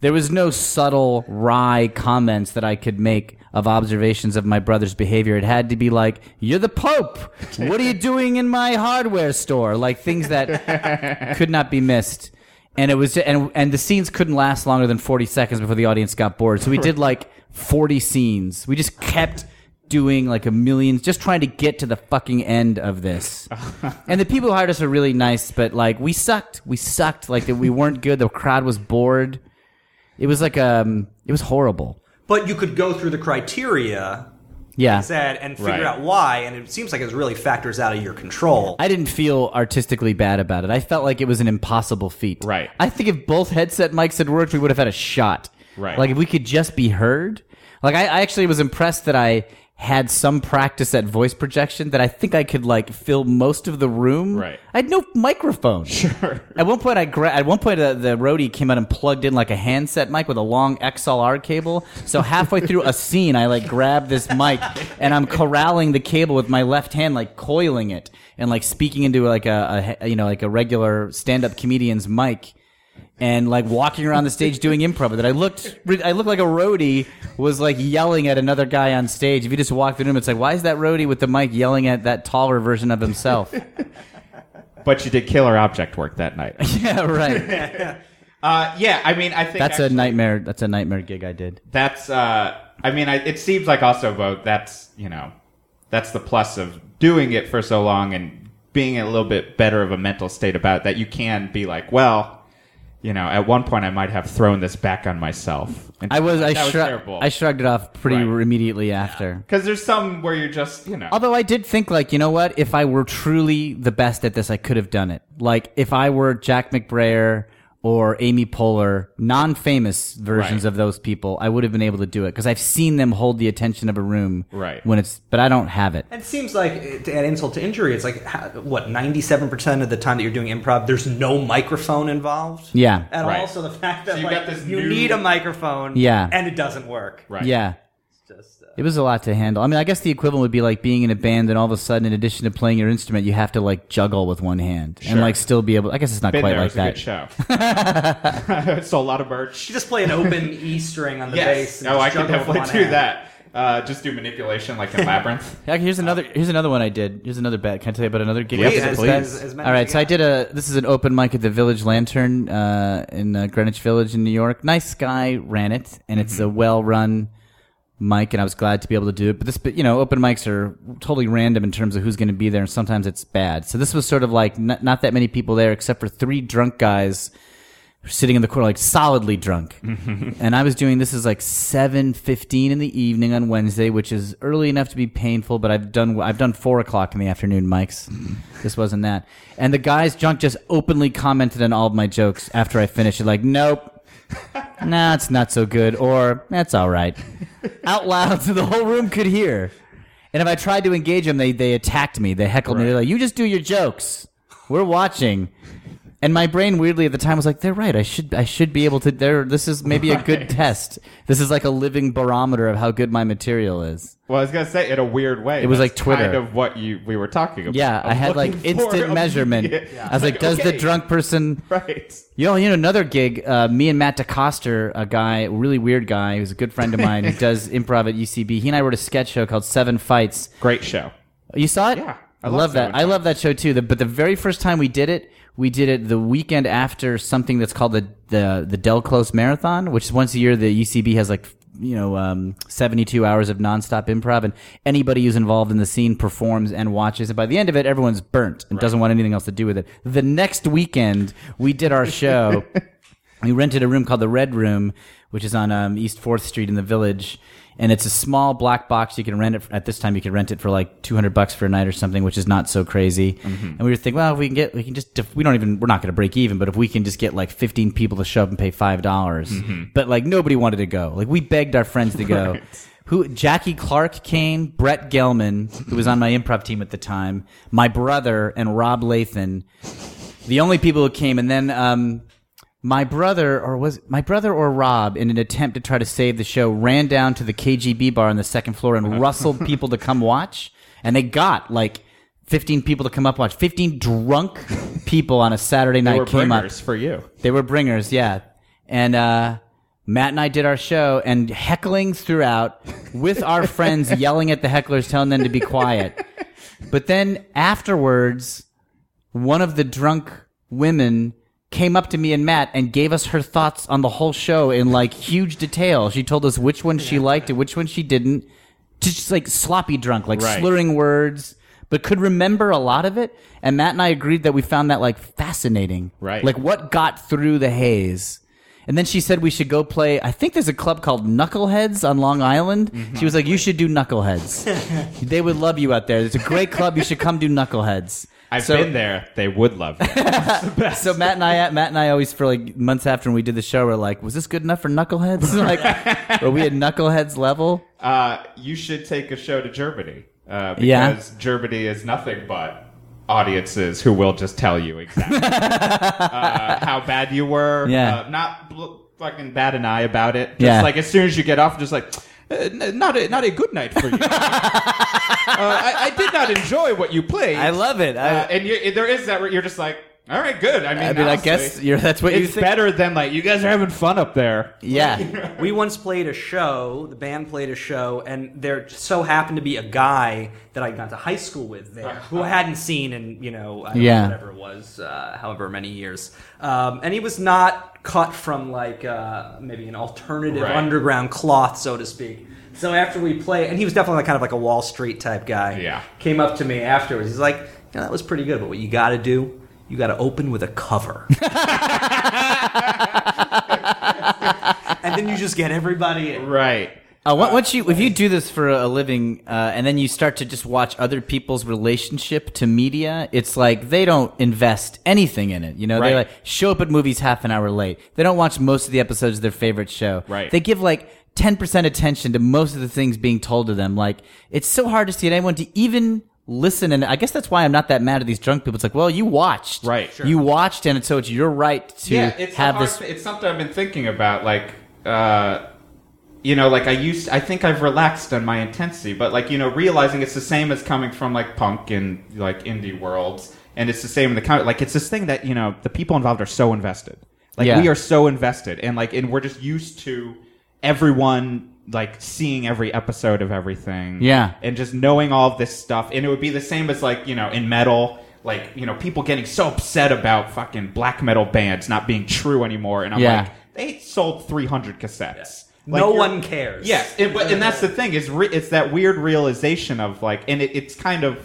[SPEAKER 4] there was no subtle wry comments that I could make of observations of my brother's behavior. It had to be like, "You're the Pope. What are you doing in my hardware store?" Like things that could not be missed. And it was, and and the scenes couldn't last longer than forty seconds before the audience got bored. So we did like forty scenes. We just kept doing like a million, just trying to get to the fucking end of this. and the people who hired us were really nice, but like we sucked. We sucked. Like that we weren't good. The crowd was bored. It was like um, it was horrible.
[SPEAKER 2] But you could go through the criteria
[SPEAKER 4] Yeah,
[SPEAKER 2] said and figure
[SPEAKER 3] Right.
[SPEAKER 2] out why, and it seems like it really factors out of your control.
[SPEAKER 4] I didn't feel artistically bad about it. I felt like it was an impossible feat.
[SPEAKER 3] Right.
[SPEAKER 4] I think if both headset mics had worked, we would have had a shot.
[SPEAKER 3] Right.
[SPEAKER 4] Like if we could just be heard. Like I, I actually was impressed that I had some practice at voice projection that I think I could like fill most of the room.
[SPEAKER 3] Right.
[SPEAKER 4] I had no microphone. Sure. At one point, I gra- at one point uh, the roadie came out and plugged in like a handset mic with a long XLR cable. So halfway through a scene, I like grab this mic and I'm corralling the cable with my left hand, like coiling it and like speaking into like a, a you know like a regular stand up comedian's mic and like walking around the stage doing improv with it. I looked, I looked like a roadie was like yelling at another guy on stage. If you just walk through him, it's like, why is that roadie with the mic yelling at that taller version of himself?
[SPEAKER 3] But you did killer object work that night.
[SPEAKER 4] (laughs) yeah, right.
[SPEAKER 3] uh, yeah. I mean, I think
[SPEAKER 4] That's a
[SPEAKER 3] actually-
[SPEAKER 4] nightmare. That's a nightmare gig I did.
[SPEAKER 3] that's uh i mean I, it seems like also vote that's you know that's the plus of doing it for so long and being a little bit better of a mental state about it that you can be like well you know at one point i might have thrown this back on myself and
[SPEAKER 4] I was, I,
[SPEAKER 3] that was
[SPEAKER 4] shrug-
[SPEAKER 3] terrible
[SPEAKER 4] I shrugged it off pretty
[SPEAKER 3] Right.
[SPEAKER 4] immediately after.
[SPEAKER 3] because there's some where you're just you know
[SPEAKER 4] Although I did think, like, you know what? If I were truly the best at this, I could have done it. Like, if I were Jack McBrayer or Amy Poehler, non-famous versions
[SPEAKER 3] Right.
[SPEAKER 4] of those people, I would have been able to do it because I've seen them hold the attention of a room.
[SPEAKER 3] Right.
[SPEAKER 4] When it's, but I don't have it.
[SPEAKER 2] It seems like, uh, to add insult to injury, it's like ha- what ninety-seven percent of the time that you're doing improv, there's no microphone involved.
[SPEAKER 4] Yeah.
[SPEAKER 2] At all,
[SPEAKER 3] Right.
[SPEAKER 2] so the fact that
[SPEAKER 3] So you've
[SPEAKER 2] like,
[SPEAKER 3] got this
[SPEAKER 2] you
[SPEAKER 3] new-
[SPEAKER 2] need a microphone,
[SPEAKER 4] Yeah.
[SPEAKER 2] and it doesn't work.
[SPEAKER 3] Right.
[SPEAKER 4] Yeah.
[SPEAKER 2] Just, uh,
[SPEAKER 4] It was a lot to handle. I mean, I guess the equivalent would be like being in a band, and all of a sudden, in addition to playing your instrument, you have to like juggle with one hand and like still be able. I guess it's not
[SPEAKER 3] Been
[SPEAKER 4] quite
[SPEAKER 3] there.
[SPEAKER 4] like
[SPEAKER 3] it was
[SPEAKER 4] that.
[SPEAKER 3] a
[SPEAKER 4] (laughs)
[SPEAKER 3] good show. (laughs) Sold a lot of merch.
[SPEAKER 2] you just play an open E string on the bass.
[SPEAKER 3] Yes.
[SPEAKER 2] and
[SPEAKER 3] Oh,
[SPEAKER 2] just
[SPEAKER 3] I can
[SPEAKER 2] juggle with
[SPEAKER 3] definitely
[SPEAKER 2] one
[SPEAKER 3] do
[SPEAKER 2] hand.
[SPEAKER 3] that. Uh, just do manipulation like in Labyrinth.
[SPEAKER 4] Yeah, Here's another. Here's another one I did. Here's another bet. Can I tell you about another gig?
[SPEAKER 3] Yes,
[SPEAKER 4] I did
[SPEAKER 3] as-
[SPEAKER 4] that-
[SPEAKER 2] as- as many
[SPEAKER 4] All right.
[SPEAKER 2] as you
[SPEAKER 4] So I
[SPEAKER 2] got.
[SPEAKER 4] did a. This is an open mic at the Village Lantern uh, in uh, Greenwich Village in New York. Nice guy ran it, and it's a well-run mic, and I was glad to be able to do it. But this, but you know, open mics are totally random in terms of who's going to be there, and sometimes it's bad. So this was sort of like n- not that many people there, except for three drunk guys sitting in the corner like solidly drunk and i was doing this is like 7.15 in the evening on wednesday which is early enough to be painful but i've done i've done 4 o'clock in the afternoon mics this wasn't that and the guys drunk just openly commented on all of my jokes after i finished it like nope nah it's not so good or that's all right out loud so the whole room could hear and if i tried to engage them they, they attacked me they heckled me they're like you just do your jokes we're watching and my brain weirdly at the time was like, they're right. I should I should be able to there this is maybe a good test. This is like a living barometer of how good my material is.
[SPEAKER 3] Well, I was gonna say in a weird way. It
[SPEAKER 4] was like Twitter.
[SPEAKER 3] Kind of what you we were talking about.
[SPEAKER 4] Yeah,
[SPEAKER 3] Of
[SPEAKER 4] I had like
[SPEAKER 3] looking for
[SPEAKER 4] instant
[SPEAKER 3] a- (laughs)
[SPEAKER 4] measurement.
[SPEAKER 3] Yeah.
[SPEAKER 4] I was like, does
[SPEAKER 3] okay,
[SPEAKER 4] the drunk person
[SPEAKER 3] right?
[SPEAKER 4] You know, you know another gig. Uh, me and Matt DeCoster, a guy, really weird guy, who's a good friend of
[SPEAKER 3] (laughs)
[SPEAKER 4] mine, who does improv at UCB. He and I wrote a sketch show called Seven Fights.
[SPEAKER 3] Great show.
[SPEAKER 4] You saw it?
[SPEAKER 3] Yeah,
[SPEAKER 4] I
[SPEAKER 3] I
[SPEAKER 4] love
[SPEAKER 3] loved
[SPEAKER 4] that.
[SPEAKER 3] that
[SPEAKER 4] I
[SPEAKER 3] one.
[SPEAKER 4] love that show too. The, but the very first time we did it, we did it the weekend after something that's called the the the Del Close Marathon, which is once a year the UCB has like you know um, seventy two hours of nonstop improv, and anybody who's involved in the scene performs and watches. And by the end of it, everyone's burnt and doesn't want anything else to do with it. The next weekend, we did
[SPEAKER 3] (laughs)
[SPEAKER 4] our show. we rented a room called the Red Room, which is on um, East Fourth Street in the Village, and it's a small black box. You can rent it at this time. You could rent it for like two hundred bucks for a night or something, which is not so crazy. And we were thinking, well, if we can get, we can just, def- we don't even, we're not going to break even, but if we can just get like fifteen people to show up and pay five dollars, but like nobody wanted to go. Like we begged our friends to go. Who Jackie Clark came, Brett Gelman, who was on my improv team at the time, my brother, and Rob Lathan, the only people who came, and then um, my brother or was my brother or Rob in an attempt to try to save the show ran down to the KGB bar on the second floor
[SPEAKER 3] Uh-huh. (laughs)
[SPEAKER 4] and rustled people to come watch and they got like 15 people to come up watch
[SPEAKER 3] (laughs)
[SPEAKER 4] 15 drunk people on a Saturday night
[SPEAKER 3] They were
[SPEAKER 4] came up
[SPEAKER 3] bringers for you.
[SPEAKER 4] they were bringers, yeah. And uh, Matt and I did our show and heckling throughout with our friends, yelling at the hecklers, telling them to be quiet. But then afterwards, one of the drunk women came up to me and Matt and gave us her thoughts on the whole show in like huge detail. She told us which one she liked and which one she didn't. Just like sloppy drunk, like
[SPEAKER 3] Right.
[SPEAKER 4] slurring words, but could remember a lot of it. And Matt and I agreed that we found that like fascinating.
[SPEAKER 3] Right.
[SPEAKER 4] Like what got through the haze. And then she said we should go play. I think there's a club called Knuckleheads on Long Island.
[SPEAKER 3] Mm-hmm.
[SPEAKER 4] She was like, "You should
[SPEAKER 3] (laughs)
[SPEAKER 4] do Knuckleheads. they would love you out there. It's a great club. You should come do Knuckleheads."
[SPEAKER 3] I've
[SPEAKER 4] So-
[SPEAKER 3] been there. They would love you.
[SPEAKER 4] so Matt and I, Matt and I always for like months after when we did the show, we're like, "Was this good enough for Knuckleheads? (laughs) like, were we at Knuckleheads level?"
[SPEAKER 3] uh, you should take a show to Germany uh, because
[SPEAKER 4] Yeah.
[SPEAKER 3] Germany is nothing but audiences who will just tell you
[SPEAKER 4] (laughs)
[SPEAKER 3] exactly uh, how bad you were.
[SPEAKER 4] Yeah.
[SPEAKER 3] uh, not bl- fucking bad and I about it. Just
[SPEAKER 4] Yeah.
[SPEAKER 3] like as soon as you get off, just like. "Uh, n- not a not a good night
[SPEAKER 4] (laughs)
[SPEAKER 3] for you. uh, I, I did not enjoy what you played.
[SPEAKER 4] I love it. I,
[SPEAKER 3] Uh, and you, there is that where you're just like, all right, good. I mean,
[SPEAKER 4] I mean, I
[SPEAKER 3] honestly,
[SPEAKER 4] guess you're, that's what you
[SPEAKER 3] it's
[SPEAKER 4] think.
[SPEAKER 3] better than like you guys are having fun up there. (laughs)
[SPEAKER 4] Yeah,
[SPEAKER 2] We once played a show, the band played a show, and there just so happened to be a guy that I'd gone to high school with
[SPEAKER 3] Uh-huh.
[SPEAKER 2] there who I hadn't seen in, you know, I don't
[SPEAKER 4] Yeah.
[SPEAKER 2] know whatever it was, uh, however many years. Um, and he was not cut from like uh, maybe an alternative
[SPEAKER 3] Right.
[SPEAKER 2] underground cloth, so to speak. So after we played, and he was definitely kind of like a Wall Street type guy.
[SPEAKER 3] Yeah.
[SPEAKER 2] Came up to me afterwards. He's like, yeah, that was pretty good, but what you got to do, you got to open with a cover. and then you just get everybody in.
[SPEAKER 3] Right.
[SPEAKER 4] Uh, on- once you, if you do this for a living, uh, and then you start to just watch other people's relationship to media, it's like they don't invest anything in it. You know, they
[SPEAKER 3] Right.
[SPEAKER 4] like show up at movies half an hour late. They don't watch most of the episodes of their favorite show.
[SPEAKER 3] Right.
[SPEAKER 4] They give like ten percent attention to most of the things being told to them. Like it's so hard to see anyone to even listen. And I guess that's why I'm not that mad at these drunk people. It's like, well, you watched,
[SPEAKER 3] Right. Sure.
[SPEAKER 4] You watched, and so it's your right to
[SPEAKER 3] yeah, it's a
[SPEAKER 4] have
[SPEAKER 3] hard
[SPEAKER 4] this.
[SPEAKER 3] thi- it's something I've been thinking about. Like, uh, you know, like I used. I think I've relaxed on my intensity, but like you know, realizing it's the same as coming from like punk and like indie worlds, and it's the same in the comic. Like it's this thing that you know the people involved are so invested. Like
[SPEAKER 4] Yeah.
[SPEAKER 3] we are so invested, and like and we're just used to everyone like seeing every episode of everything
[SPEAKER 4] Yeah.
[SPEAKER 3] and just knowing all of this stuff and it would be the same as like you know in metal like you know people getting so upset about fucking black metal bands not being true anymore and i'm
[SPEAKER 4] Yeah.
[SPEAKER 3] like they sold 300 cassettes Like,
[SPEAKER 2] no
[SPEAKER 3] you're-
[SPEAKER 2] one cares.
[SPEAKER 3] yes and, but, and that's the thing is re- it's that weird realization of like and it, it's kind of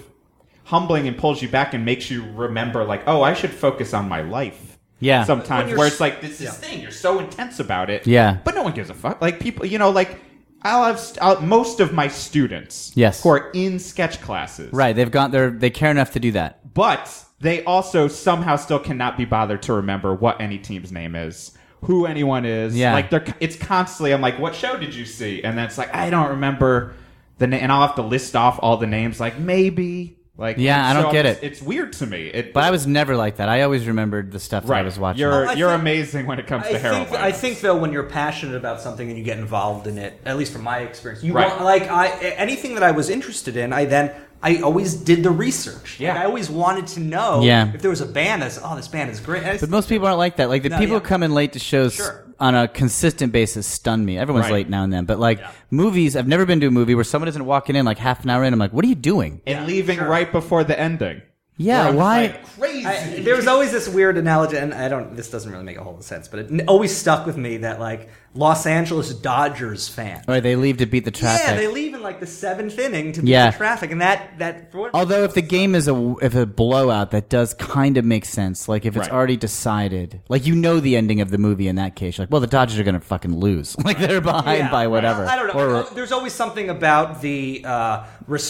[SPEAKER 3] humbling and pulls you back and makes you remember like oh i should focus on my life
[SPEAKER 4] Yeah.
[SPEAKER 3] sometimes
[SPEAKER 2] you're
[SPEAKER 3] where
[SPEAKER 2] s-
[SPEAKER 3] it's like this is thing you're so intense about it
[SPEAKER 4] Yeah.
[SPEAKER 3] but no one gives a fuck like people you know like I'll have st- I'll, most of my students
[SPEAKER 4] Yes.
[SPEAKER 3] who are in sketch classes
[SPEAKER 4] Right, they've got their they care enough to do that.
[SPEAKER 3] but they also somehow still cannot be bothered to remember what any team's name is, who anyone is.
[SPEAKER 4] Yeah.
[SPEAKER 3] like they're it's constantly. I'm like, what show did you see? And then it's like I don't remember the name, and I'll have to list off all the names. Like maybe, like
[SPEAKER 4] Yeah, I
[SPEAKER 3] so
[SPEAKER 4] don't get
[SPEAKER 3] it's-
[SPEAKER 4] it.
[SPEAKER 3] It's weird to me. It,
[SPEAKER 4] But I was never like that. I always remembered the stuff that I
[SPEAKER 3] right.
[SPEAKER 4] was watching.
[SPEAKER 3] You're
[SPEAKER 2] Oh, I
[SPEAKER 3] you're
[SPEAKER 2] think-
[SPEAKER 3] amazing when it comes
[SPEAKER 2] I
[SPEAKER 3] to heroin.
[SPEAKER 2] think, I think though when you're passionate about something and you get involved in it, at least from my experience, you
[SPEAKER 3] Right.
[SPEAKER 2] want, like I anything that I was interested in, I then I always did the research.
[SPEAKER 3] Yeah.
[SPEAKER 2] Like, I always wanted to know
[SPEAKER 4] Yeah.
[SPEAKER 2] if there was a band that's oh this band is great. And I
[SPEAKER 4] but most people aren't like that. Like the
[SPEAKER 2] No,
[SPEAKER 4] people
[SPEAKER 2] yeah.
[SPEAKER 4] who come in late to shows
[SPEAKER 2] Sure.
[SPEAKER 4] on a consistent basis stun me. Everyone's
[SPEAKER 3] Right.
[SPEAKER 4] late now and then. But like movies, I've never been to a movie where someone isn't walking in like half an hour in. I'm like, what are you doing?
[SPEAKER 3] and leaving right before the ending.
[SPEAKER 4] Yeah, why?
[SPEAKER 3] Crazy.
[SPEAKER 2] I, there was always this weird analogy, and I don't. This doesn't really make a whole lot of sense, but it always stuck with me that like Los Angeles Dodgers fan.
[SPEAKER 4] or they leave to beat the traffic.
[SPEAKER 2] Yeah, they leave in like the seventh inning to beat
[SPEAKER 4] Yeah.
[SPEAKER 2] the traffic, and that that. For whatever-
[SPEAKER 4] Although if the game is a if a blowout, that does kind of make sense. Like if it's
[SPEAKER 3] Right.
[SPEAKER 4] already decided, like you know the ending of the movie. In that case, you're like, well, the Dodgers are going to fucking lose. (laughs) Like they're behind
[SPEAKER 2] Yeah.
[SPEAKER 4] by whatever.
[SPEAKER 2] I don't know.
[SPEAKER 4] Or-
[SPEAKER 2] There's always something about the uh,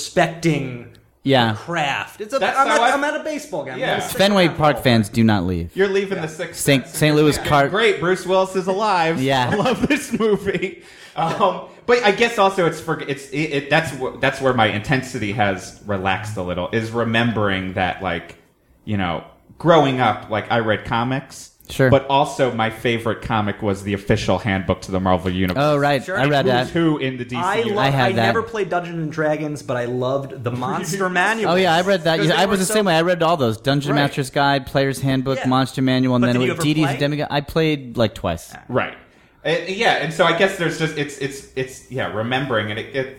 [SPEAKER 2] respecting
[SPEAKER 4] Yeah.
[SPEAKER 2] the craft. It's a,
[SPEAKER 3] That's
[SPEAKER 2] I'm,
[SPEAKER 3] how
[SPEAKER 2] not,
[SPEAKER 3] I-
[SPEAKER 2] I'm not a baseball guy. I'm
[SPEAKER 3] Yeah.
[SPEAKER 2] not a stick
[SPEAKER 4] Fenway
[SPEAKER 2] around
[SPEAKER 4] Park
[SPEAKER 2] ball.
[SPEAKER 4] fans do not leave.
[SPEAKER 3] You're leaving the sixth.
[SPEAKER 4] St.
[SPEAKER 3] sense.
[SPEAKER 4] St. Louis Cart.
[SPEAKER 3] Great, Bruce Willis is alive.
[SPEAKER 4] (laughs) Yeah.
[SPEAKER 3] I love this movie. Um, but I guess also it's for it's it, it, that's wh- that's where my intensity has relaxed a little is remembering that like you know growing up like I read comics.
[SPEAKER 4] Sure.
[SPEAKER 3] But also my favorite comic was the official handbook to the Marvel Universe.
[SPEAKER 4] Oh right,
[SPEAKER 2] Sure.
[SPEAKER 4] I read
[SPEAKER 3] Who's
[SPEAKER 4] that.
[SPEAKER 3] who in the DC?
[SPEAKER 2] I,
[SPEAKER 3] universe.
[SPEAKER 2] love,
[SPEAKER 4] I
[SPEAKER 2] I,
[SPEAKER 4] had that.
[SPEAKER 2] never played Dungeons and Dragons, but I loved
[SPEAKER 3] (laughs)
[SPEAKER 2] the Monster Manual.
[SPEAKER 4] Oh yeah, I read that.
[SPEAKER 2] Because
[SPEAKER 4] Yeah,
[SPEAKER 2] they
[SPEAKER 4] I was
[SPEAKER 2] were
[SPEAKER 4] the
[SPEAKER 2] so-
[SPEAKER 4] same way. I read all those: Dungeon
[SPEAKER 3] Right.
[SPEAKER 4] Master's Guide, Player's Handbook,
[SPEAKER 2] Yeah.
[SPEAKER 4] Monster Manual, and
[SPEAKER 2] But
[SPEAKER 4] then
[SPEAKER 2] did you
[SPEAKER 4] with
[SPEAKER 2] ever
[SPEAKER 4] DD's
[SPEAKER 2] play?
[SPEAKER 4] Demigod. I played like twice.
[SPEAKER 3] Right. And- yeah, and so I guess there's just it's it's it's yeah, remembering and it, it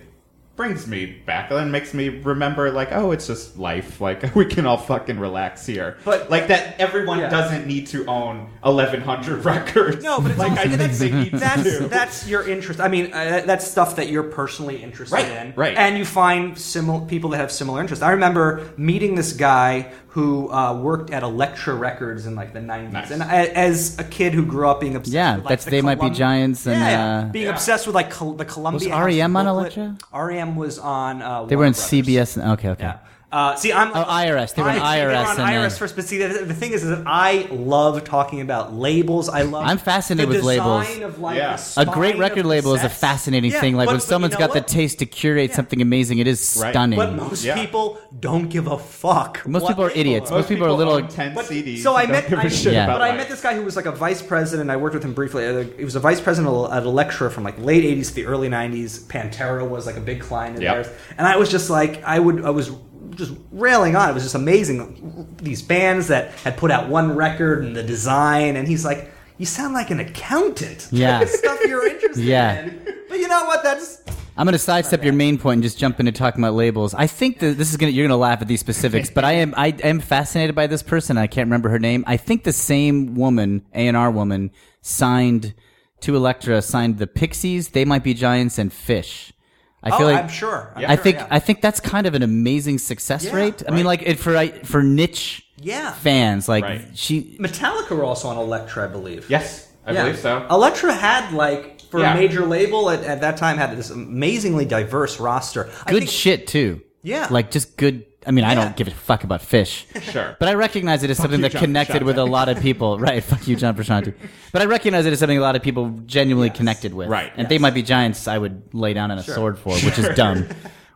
[SPEAKER 3] brings me back and makes me remember like oh, it's just life. Like (laughs) we can all fucking relax here.
[SPEAKER 2] But-
[SPEAKER 3] like that, everyone
[SPEAKER 2] Yeah.
[SPEAKER 3] doesn't need to own 1,100 records.
[SPEAKER 2] No, but it's
[SPEAKER 3] like
[SPEAKER 2] also,
[SPEAKER 3] I think
[SPEAKER 2] that's,
[SPEAKER 3] they need
[SPEAKER 2] that's,
[SPEAKER 3] to.
[SPEAKER 2] that's your interest. I mean, uh, that's stuff that you're personally interested
[SPEAKER 3] Right,
[SPEAKER 2] in,
[SPEAKER 3] right.
[SPEAKER 2] And you find similar people that have similar interests. I remember meeting this guy who uh, worked at Elektra Records in like the '90s,
[SPEAKER 3] Nice.
[SPEAKER 2] and I, as a kid who grew up being obsessed,
[SPEAKER 4] Yeah,
[SPEAKER 2] with, like,
[SPEAKER 4] that's
[SPEAKER 2] the
[SPEAKER 4] They Might Be
[SPEAKER 2] Colum-
[SPEAKER 4] Giants and,
[SPEAKER 2] yeah,
[SPEAKER 4] uh,
[SPEAKER 2] being obsessed with like Col- the Columbia. House
[SPEAKER 4] R.E.M. on
[SPEAKER 2] booklet.
[SPEAKER 4] Elektra?
[SPEAKER 2] REM was on. Uh,
[SPEAKER 4] They were
[SPEAKER 2] Warner
[SPEAKER 4] in
[SPEAKER 2] Brothers.
[SPEAKER 4] CBS. And, okay, okay.
[SPEAKER 2] Yeah. Uh, see, I'm
[SPEAKER 4] Oh, IRS. They were on
[SPEAKER 2] I- They
[SPEAKER 4] IRS and
[SPEAKER 2] were on
[SPEAKER 4] then-
[SPEAKER 2] IRS first, but see, the, the thing is, is that I love talking about labels. I love.
[SPEAKER 4] I'm fascinated
[SPEAKER 2] the
[SPEAKER 4] with labels.
[SPEAKER 2] design Of, like,
[SPEAKER 3] Yeah.
[SPEAKER 2] the
[SPEAKER 3] A
[SPEAKER 4] A
[SPEAKER 2] spine
[SPEAKER 4] great
[SPEAKER 2] of
[SPEAKER 4] record
[SPEAKER 2] the
[SPEAKER 4] label is a
[SPEAKER 2] sets.
[SPEAKER 4] fascinating
[SPEAKER 2] Yeah,
[SPEAKER 4] thing. Like
[SPEAKER 2] but-
[SPEAKER 4] when
[SPEAKER 2] but you
[SPEAKER 4] someone's
[SPEAKER 2] know
[SPEAKER 4] got the
[SPEAKER 2] what?
[SPEAKER 4] taste to curate
[SPEAKER 2] Yeah.
[SPEAKER 4] something amazing, it is
[SPEAKER 3] Right.
[SPEAKER 4] stunning.
[SPEAKER 2] But most
[SPEAKER 3] Yeah.
[SPEAKER 2] people don't give a fuck.
[SPEAKER 4] Most
[SPEAKER 2] what
[SPEAKER 4] people are
[SPEAKER 2] label
[SPEAKER 4] idiots.
[SPEAKER 2] it
[SPEAKER 4] Most people are a little-
[SPEAKER 3] own 10
[SPEAKER 2] but,
[SPEAKER 3] CDs.
[SPEAKER 2] So I
[SPEAKER 3] and
[SPEAKER 2] met,
[SPEAKER 3] don't give a
[SPEAKER 2] I,
[SPEAKER 3] shit
[SPEAKER 4] Yeah.
[SPEAKER 3] about
[SPEAKER 2] but I
[SPEAKER 3] life.
[SPEAKER 2] met this guy who was like a vice president. I worked with him briefly. Uh, He was a vice president at a lecturer from like late '80s to the early '90s. Pantera was like a big client of
[SPEAKER 3] Yep.
[SPEAKER 2] theirs, and I was just like, I would, I was just railing on. It was just amazing. These bands that had put out one record and the design, and he's like, "You sound like an accountant." (laughs)
[SPEAKER 4] Yeah.
[SPEAKER 2] stuff you're interested
[SPEAKER 4] Yeah.
[SPEAKER 2] in. But you know what? That's
[SPEAKER 4] I'm going to sidestep your main point and just jump into talking about labels. I think that this is going to you're going to laugh at these specifics, but I am I am fascinated by this person. I can't remember her name. I think the same woman, A and R woman, signed to Elektra, signed the Pixies, They Might Be Giants, and Fish. I
[SPEAKER 2] oh,
[SPEAKER 4] feel like
[SPEAKER 2] I'm sure. I'm
[SPEAKER 4] I
[SPEAKER 2] sure,
[SPEAKER 4] think
[SPEAKER 2] yeah.
[SPEAKER 4] I think that's kind of an amazing success
[SPEAKER 2] Yeah,
[SPEAKER 4] rate. I mean, like it, for I- for niche
[SPEAKER 2] Yeah.
[SPEAKER 4] fans, like
[SPEAKER 3] Right.
[SPEAKER 4] she
[SPEAKER 2] Metallica were also on Elektra, I believe.
[SPEAKER 3] Yes, I believe so.
[SPEAKER 2] Elektra had like for
[SPEAKER 3] Yeah.
[SPEAKER 2] a major label at, at that time had this amazingly diverse roster. I
[SPEAKER 4] Good
[SPEAKER 2] think-
[SPEAKER 4] shit too.
[SPEAKER 2] Yeah.
[SPEAKER 4] Like just good. I mean, I don't give a fuck about
[SPEAKER 2] (laughs)
[SPEAKER 4] fish.
[SPEAKER 3] Sure.
[SPEAKER 4] But I recognize it as something
[SPEAKER 3] you,
[SPEAKER 4] that
[SPEAKER 3] John
[SPEAKER 4] connected
[SPEAKER 3] Frusciante.
[SPEAKER 4] with a lot of people. (laughs) right. Fuck you, John Frusciante. But I recognize it as something a lot of people genuinely connected with.
[SPEAKER 3] Right.
[SPEAKER 4] And they might be giants I would lay down on a sword for, which is
[SPEAKER 3] (laughs)
[SPEAKER 4] dumb.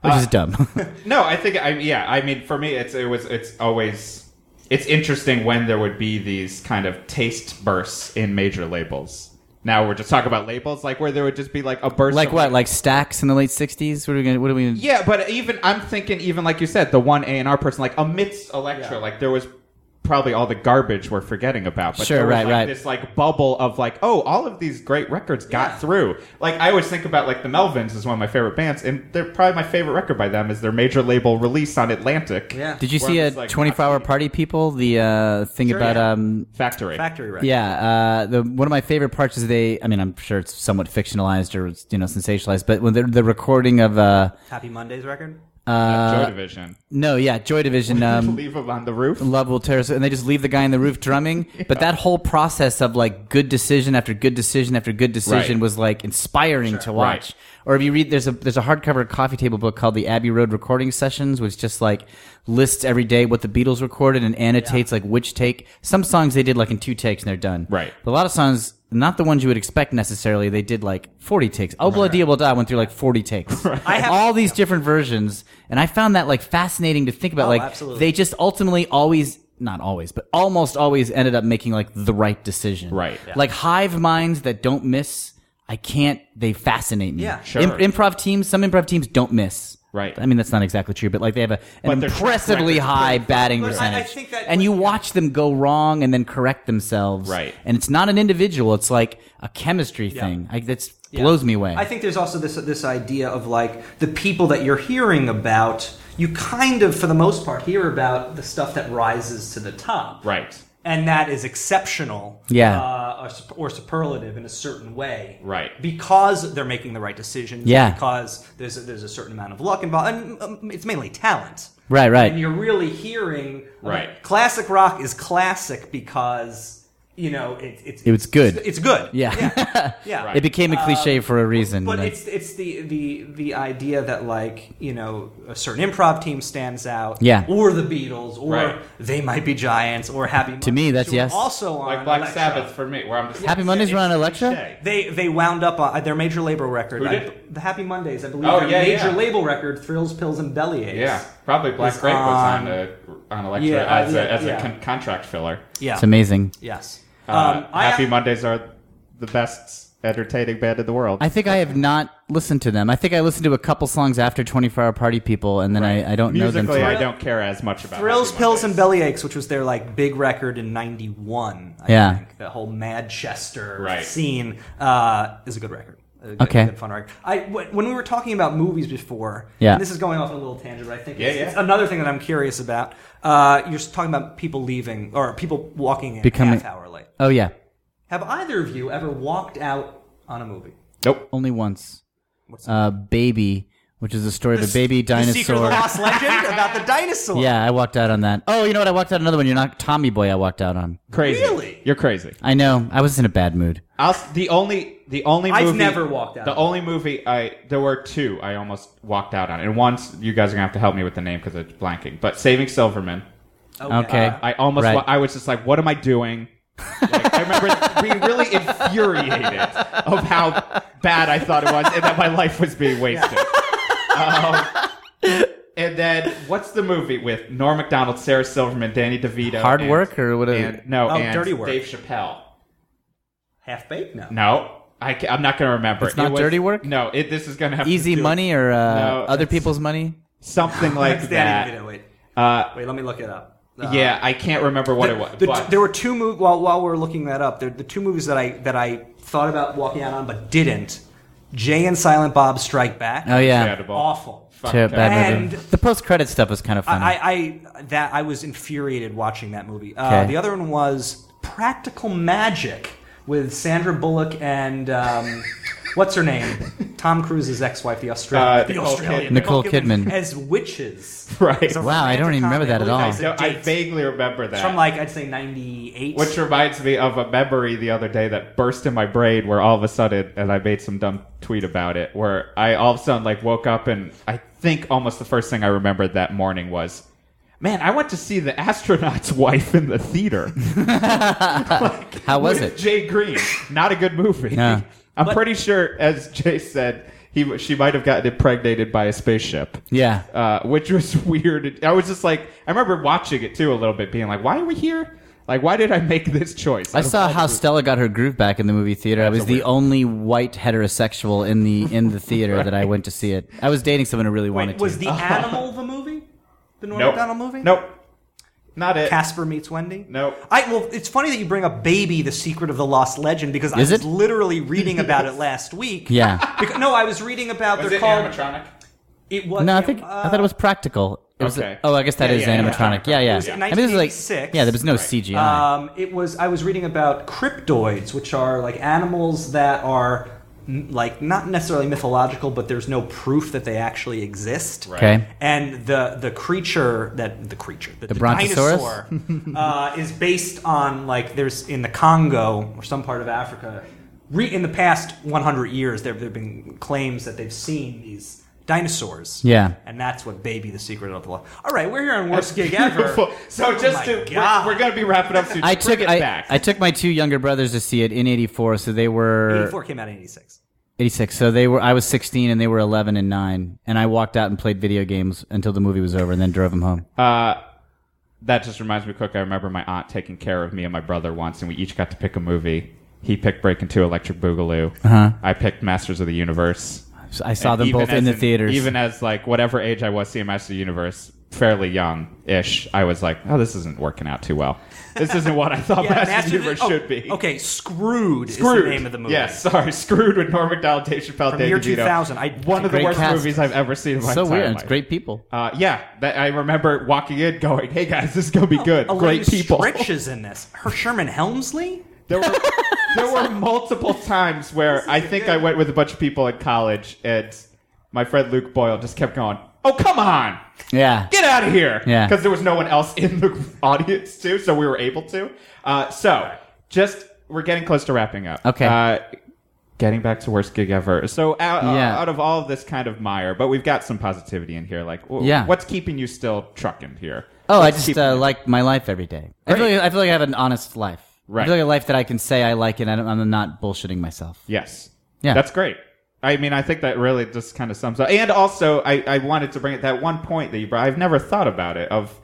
[SPEAKER 4] Which is dumb.
[SPEAKER 3] No, I think I yeah. I mean, for me, it's it was it's always it's interesting when there would be these kind of taste bursts in major labels. Now we're just talking about labels, like where there would just be like a burst.
[SPEAKER 4] (laughs) like
[SPEAKER 3] of,
[SPEAKER 4] what? Like stacks in the late 60s? What are we going to. What are we gonna,
[SPEAKER 3] yeah, but even I'm thinking, even like you said, the one A and R person, like amidst Electra, like there was probably all the garbage we're forgetting about. But
[SPEAKER 4] Sure,
[SPEAKER 3] there was,
[SPEAKER 4] right,
[SPEAKER 3] like,
[SPEAKER 4] right.
[SPEAKER 3] This like bubble of like, oh, all of these great records got through. Like I always think about like the Melvins is one of my favorite bands, and they're probably my favorite record by them is their major label release on Atlantic.
[SPEAKER 2] Yeah.
[SPEAKER 4] Did you
[SPEAKER 3] Where
[SPEAKER 4] see
[SPEAKER 3] I'm
[SPEAKER 4] a
[SPEAKER 3] just like,
[SPEAKER 4] 24 hour party people? The uh, thing about.
[SPEAKER 2] yeah.
[SPEAKER 4] um.
[SPEAKER 3] Factory.
[SPEAKER 2] Factory Records.
[SPEAKER 4] Yeah, uh, the one of my favorite parts is they. I mean, I'm sure it's somewhat fictionalized or you know sensationalized, but when they're the recording of uh,
[SPEAKER 2] Happy Mondays record.
[SPEAKER 3] Uh, Joy Division.
[SPEAKER 4] no, yeah, Joy Division, um,
[SPEAKER 3] Leave 'em on the roof.
[SPEAKER 4] Love Will Tear Us, and they just leave the guy in the roof drumming. But that whole process of like good decision after good decision after good decision
[SPEAKER 3] Right.
[SPEAKER 4] was like inspiring to watch.
[SPEAKER 3] right.
[SPEAKER 4] Or if you read, there's a there's a hardcover coffee table book called the Abbey Road Recording Sessions, which just like lists every day what the Beatles recorded and annotates like which take. Some songs they did like in two takes and they're done.
[SPEAKER 3] Right.
[SPEAKER 4] But a lot of songs, not the ones you would expect necessarily, they did like 40 takes. Oh, Blow Dia Will Die went through like 40 takes.
[SPEAKER 2] I have-
[SPEAKER 4] All these different versions, and I found that like fascinating to think about. like
[SPEAKER 2] absolutely.
[SPEAKER 4] they just ultimately always not always but almost always ended up making like the right decision
[SPEAKER 3] Right. Yeah.
[SPEAKER 4] like hive minds that don't miss i can't they fascinate me
[SPEAKER 2] Yeah.
[SPEAKER 3] Sure.
[SPEAKER 4] improv teams some improv teams don't miss
[SPEAKER 3] Right.
[SPEAKER 4] i mean that's not exactly true but like they have a, an
[SPEAKER 3] their track
[SPEAKER 4] impressively
[SPEAKER 3] record's
[SPEAKER 4] high batting
[SPEAKER 2] But I- I
[SPEAKER 4] percentage
[SPEAKER 2] think that-
[SPEAKER 4] and you watch them go wrong and then correct themselves
[SPEAKER 3] Right.
[SPEAKER 4] and it's not an individual it's like a chemistry thing I, that's blows me away
[SPEAKER 2] I think there's also this this idea of like the people that you're hearing about. You kind of, for the most part, hear about the stuff that rises to the top,
[SPEAKER 3] Right.
[SPEAKER 2] And that is exceptional,
[SPEAKER 4] Yeah.
[SPEAKER 2] uh, or, sup- or superlative in a certain way,
[SPEAKER 3] Right.
[SPEAKER 2] Because they're making the right decisions,
[SPEAKER 4] Yeah.
[SPEAKER 2] Because there's a, there's a certain amount of luck involved, and um, it's mainly talent,
[SPEAKER 4] right right
[SPEAKER 2] and you're really hearing
[SPEAKER 3] Right.
[SPEAKER 2] Classic rock is classic because you know it, it's
[SPEAKER 4] It was good.
[SPEAKER 2] It's, good.
[SPEAKER 4] Yeah.
[SPEAKER 2] yeah.
[SPEAKER 4] (laughs)
[SPEAKER 2] yeah.
[SPEAKER 4] it became a cliche for a reason
[SPEAKER 2] Um, But
[SPEAKER 4] like-
[SPEAKER 2] it's it's the the the idea that like you know a certain improv team stands out,
[SPEAKER 4] Yeah.
[SPEAKER 2] or the Beatles, or
[SPEAKER 3] Right.
[SPEAKER 2] they might be giants, or Happy. To
[SPEAKER 4] me, that's yes.
[SPEAKER 2] Also on
[SPEAKER 3] Like Black
[SPEAKER 2] Elektra.
[SPEAKER 3] Sabbath for me, where I'm just
[SPEAKER 4] Happy
[SPEAKER 3] like,
[SPEAKER 4] Mondays
[SPEAKER 3] it's
[SPEAKER 4] were on
[SPEAKER 3] cliche.
[SPEAKER 4] Elektra?
[SPEAKER 2] They they wound up on their major label record.
[SPEAKER 3] Who
[SPEAKER 2] I-
[SPEAKER 3] did?
[SPEAKER 2] the Happy Mondays, I believe.
[SPEAKER 3] Oh,
[SPEAKER 2] their
[SPEAKER 3] yeah,
[SPEAKER 2] major
[SPEAKER 3] yeah.
[SPEAKER 2] label record, Thrills, Pills, and Bellyaches.
[SPEAKER 3] Yeah, probably Black
[SPEAKER 2] It's
[SPEAKER 3] Grape was
[SPEAKER 2] on-
[SPEAKER 3] on a, on Elektra
[SPEAKER 2] Yeah, uh,
[SPEAKER 3] as
[SPEAKER 2] yeah,
[SPEAKER 3] a, as
[SPEAKER 2] yeah.
[SPEAKER 3] a con- contract filler.
[SPEAKER 2] yeah,
[SPEAKER 4] it's amazing
[SPEAKER 2] yes. Um,
[SPEAKER 3] Uh,
[SPEAKER 2] I-
[SPEAKER 3] Happy Mondays are the best entertaining band in the world.
[SPEAKER 4] I think I have not listened to them. I think I listened to a couple songs after 24 Hour Party People, and then I, I don't know them.
[SPEAKER 3] Musically,
[SPEAKER 4] too
[SPEAKER 3] I
[SPEAKER 4] much.
[SPEAKER 3] don't care as much about
[SPEAKER 2] Thrills,
[SPEAKER 3] Happy
[SPEAKER 2] Pills, and
[SPEAKER 3] Mondays.
[SPEAKER 2] Bellyaches, which was their like big record in '91. I
[SPEAKER 4] Yeah.
[SPEAKER 2] think. the whole Madchester
[SPEAKER 3] Right.
[SPEAKER 2] scene uh, is a good record. A good-
[SPEAKER 4] Okay.
[SPEAKER 2] good fun record. I wh- when we were talking about movies before,
[SPEAKER 4] Yeah.
[SPEAKER 2] and this is going off on a little tangent, but I think it's,
[SPEAKER 3] Yeah, yeah.
[SPEAKER 2] it's another thing that I'm curious about. Uh, you're talking about people leaving or people walking in
[SPEAKER 4] Becoming-
[SPEAKER 2] half hour late.
[SPEAKER 4] Oh, yeah.
[SPEAKER 2] Have either of you ever walked out on a movie?
[SPEAKER 3] Nope.
[SPEAKER 4] Only once. Uh, baby, which is the story of a baby
[SPEAKER 2] The Secret of the
[SPEAKER 4] dinosaur.
[SPEAKER 2] Lost Legend about the dinosaur.
[SPEAKER 4] Yeah, I walked out on that. Oh, you know what? I walked out on another one. You're not Tommy Boy. I walked out on.
[SPEAKER 3] Crazy.
[SPEAKER 2] Really?
[SPEAKER 3] You're crazy.
[SPEAKER 4] I know. I was in a bad mood.
[SPEAKER 3] I'll, s- the only the only
[SPEAKER 2] I've
[SPEAKER 3] movie,
[SPEAKER 2] never walked out
[SPEAKER 3] The
[SPEAKER 2] on
[SPEAKER 3] only movie I there were two I almost walked out on, and once you guys are gonna have to help me with the name because it's blanking. But Saving Silverman,
[SPEAKER 2] Oh,
[SPEAKER 4] Okay.
[SPEAKER 3] I almost
[SPEAKER 4] Right.
[SPEAKER 3] wa- I was just like, what am I doing? Like, I remember being really infuriated of how bad I thought it was and that my life was being wasted. Um, and then what's the movie with Norm Macdonald, Sarah Silverman, Danny DeVito,
[SPEAKER 4] Hard
[SPEAKER 3] and-
[SPEAKER 4] Work or what is it?
[SPEAKER 3] and- no,
[SPEAKER 2] Oh,
[SPEAKER 3] and
[SPEAKER 2] Dirty Work.
[SPEAKER 3] Dave Chappelle.
[SPEAKER 2] Half baked now.
[SPEAKER 3] No, I ca- I'm not going to remember.
[SPEAKER 4] It's not Dirty Work?
[SPEAKER 3] No, it, this is going to have to
[SPEAKER 4] Easy
[SPEAKER 3] do-
[SPEAKER 4] money or uh,
[SPEAKER 3] No,
[SPEAKER 4] other
[SPEAKER 3] it's-
[SPEAKER 4] people's money?
[SPEAKER 3] something like
[SPEAKER 2] That's Danny
[SPEAKER 3] that.
[SPEAKER 2] DeVito, Wait,
[SPEAKER 3] Uh,
[SPEAKER 2] wait, let me look it up. Uh,
[SPEAKER 3] yeah, I can't remember what
[SPEAKER 2] The-
[SPEAKER 3] it was.
[SPEAKER 2] the-
[SPEAKER 3] but-
[SPEAKER 2] there were two movies. While, while we were looking that up, there, the two movies that I that I thought about walking out on but didn't. Jay and Silent Bob Strike Back.
[SPEAKER 4] Oh, yeah.
[SPEAKER 3] Forgettable.
[SPEAKER 2] awful.
[SPEAKER 3] Fuck
[SPEAKER 4] Ter-
[SPEAKER 3] that.
[SPEAKER 4] bad movie.
[SPEAKER 2] And-
[SPEAKER 4] The post credit stuff was kind of funny.
[SPEAKER 2] I, I that I was infuriated watching that movie. Uh,
[SPEAKER 4] Okay.
[SPEAKER 2] The other one was Practical Magic with Sandra Bullock and um, (laughs) what's her name, Tom Cruise's ex-wife, the
[SPEAKER 3] Uh,
[SPEAKER 2] Australian, the
[SPEAKER 3] Nicole
[SPEAKER 2] Australian
[SPEAKER 4] Nicole Kidman.
[SPEAKER 2] as witches.
[SPEAKER 3] Right.
[SPEAKER 2] So-
[SPEAKER 4] Wow, I don't even remember that at all.
[SPEAKER 2] It's a
[SPEAKER 3] No, I
[SPEAKER 2] date.
[SPEAKER 3] vaguely remember that.
[SPEAKER 2] It's from like I'd say '98.
[SPEAKER 3] Which reminds me of a memory the other day that burst in my brain where all of a sudden, and I made some dumb tweet about it, where I all of a sudden like woke up and I think almost the first thing I remembered that morning was, man, I went to see the astronaut's (laughs) wife in the theater.
[SPEAKER 4] How was
[SPEAKER 3] With
[SPEAKER 4] it?
[SPEAKER 3] Jay Green. Not a good movie.
[SPEAKER 4] No.
[SPEAKER 3] I'm pretty sure, as Jay said, he she might have gotten impregnated by a spaceship.
[SPEAKER 4] Yeah.
[SPEAKER 3] Uh, which was (laughs) weird. I was just like, I remember watching it too a little bit, being like, why are we here? Like, why did I make this choice?
[SPEAKER 4] I saw how Stella got her groove back in the movie theater. I was the only white heterosexual in the in the theater that I went to see it. I was dating someone who really wanted
[SPEAKER 2] Wait, was
[SPEAKER 4] to.
[SPEAKER 2] the animal the movie? The Norm
[SPEAKER 3] Nope.
[SPEAKER 2] Macdonald movie?
[SPEAKER 3] Nope. Not it.
[SPEAKER 2] Casper meets Wendy.
[SPEAKER 3] Nope.
[SPEAKER 2] I well, it's funny that you bring up "Baby: The Secret of the Lost Legend" because I
[SPEAKER 4] Is
[SPEAKER 2] was
[SPEAKER 4] it?
[SPEAKER 2] literally
[SPEAKER 4] (laughs)
[SPEAKER 2] reading about it last week.
[SPEAKER 4] (laughs) yeah.
[SPEAKER 2] Because, no, I was reading about
[SPEAKER 3] Was
[SPEAKER 2] they're
[SPEAKER 3] it
[SPEAKER 2] called.
[SPEAKER 3] animatronic?
[SPEAKER 2] It was.
[SPEAKER 4] No, I
[SPEAKER 2] it-
[SPEAKER 4] think
[SPEAKER 2] uh,
[SPEAKER 4] I thought it was practical. It was
[SPEAKER 3] Okay.
[SPEAKER 4] oh, I guess that
[SPEAKER 3] Yeah,
[SPEAKER 4] is
[SPEAKER 3] yeah, yeah.
[SPEAKER 4] animatronic. Yeah, yeah.
[SPEAKER 2] It was in
[SPEAKER 4] I mean, it was
[SPEAKER 2] 1986.
[SPEAKER 4] like yeah, there was no
[SPEAKER 3] Uh,
[SPEAKER 4] CGI.
[SPEAKER 2] Um, it was. I was reading about cryptoids, which are like animals that are mm, like not necessarily mythological, but there's no proof that they actually exist.
[SPEAKER 4] okay.
[SPEAKER 2] And the the creature that the creature the, the
[SPEAKER 4] brontosaurus?
[SPEAKER 2] dinosaur uh, is based on like there's in the Congo or some part of Africa. Re- in the past 100 years, there have been claims that they've seen these dinosaurs.
[SPEAKER 4] Yeah.
[SPEAKER 2] and that's what Baby the Secret of the Law. All right, we're here on worst gig ever.
[SPEAKER 3] (laughs) Beautiful. So just
[SPEAKER 2] Oh my
[SPEAKER 3] to, we're,
[SPEAKER 2] God.
[SPEAKER 3] we're going to be wrapping up soon.
[SPEAKER 4] I
[SPEAKER 3] Bring
[SPEAKER 4] took
[SPEAKER 3] it
[SPEAKER 4] I,
[SPEAKER 3] back.
[SPEAKER 4] I took my two younger brothers to see it in '84, so they were
[SPEAKER 2] 84 came out in 86.
[SPEAKER 4] 86. So they were I was 16 and they were 11 and 9, and I walked out and played video games until the movie was over, and then drove them home.
[SPEAKER 3] uh, that just reminds me quick. I remember my aunt taking care of me and my brother once, and we each got to pick a movie. He picked Breaking Two, Electric Boogaloo. Uh-huh. I picked Masters of the Universe.
[SPEAKER 4] So I saw
[SPEAKER 3] And
[SPEAKER 4] them
[SPEAKER 3] even
[SPEAKER 4] both
[SPEAKER 3] as
[SPEAKER 4] in the theaters.
[SPEAKER 3] Even as like whatever age I was seeing Masters of the Universe, fairly young ish, I was like, oh, this isn't working out too well. This isn't what I (laughs) thought Masters of the Universe
[SPEAKER 2] oh,
[SPEAKER 3] should be.
[SPEAKER 2] Okay, Screwed, is
[SPEAKER 3] Screwed.
[SPEAKER 2] the name of the movie.
[SPEAKER 3] Yes, sorry, (laughs) Screwed with Norm Macdonald, Dave Chappelle,
[SPEAKER 2] From
[SPEAKER 3] Dave
[SPEAKER 2] year
[SPEAKER 3] DeVito.
[SPEAKER 2] 2000. I-
[SPEAKER 3] one of the
[SPEAKER 4] Great
[SPEAKER 3] worst
[SPEAKER 4] cast.
[SPEAKER 3] movies I've ever seen in my
[SPEAKER 4] so
[SPEAKER 3] entire
[SPEAKER 4] weird.
[SPEAKER 3] life.
[SPEAKER 4] It's great people.
[SPEAKER 3] Uh, yeah, that, I remember walking in, going, "Hey guys, this is gonna be good.
[SPEAKER 2] Elaine
[SPEAKER 3] great people."
[SPEAKER 2] Stritch is in this. Her Sherman Helmsley?
[SPEAKER 3] There were there were multiple times where I think I went with a bunch of people in college, and my friend Luke Boyle just kept going, "Oh come on,
[SPEAKER 4] Yeah.
[SPEAKER 3] get out of here!"
[SPEAKER 4] Yeah.
[SPEAKER 3] because there was no one else in the (laughs) audience too, so we were able to. Uh, so just we're getting close to wrapping up.
[SPEAKER 4] Okay.
[SPEAKER 3] Uh, Getting back to worst gig ever. So out, uh,
[SPEAKER 4] Yeah.
[SPEAKER 3] out of all of this kind of mire, but we've got some positivity in here. Like, w-
[SPEAKER 4] Yeah.
[SPEAKER 3] what's keeping you still trucking here?
[SPEAKER 4] Oh, I
[SPEAKER 3] What's
[SPEAKER 4] just
[SPEAKER 3] keeping
[SPEAKER 4] uh,
[SPEAKER 3] you-
[SPEAKER 4] like my life every day. I feel,
[SPEAKER 3] Great.
[SPEAKER 4] like, I feel like I have an honest life.
[SPEAKER 3] Right.
[SPEAKER 4] I feel like a life that I can say I like and I don't, I'm not bullshitting myself.
[SPEAKER 3] Yes.
[SPEAKER 4] Yeah.
[SPEAKER 3] That's great. I mean, I think that really just kind of sums up. And also, I, I wanted to bring it that one point that you brought. I've never thought about it of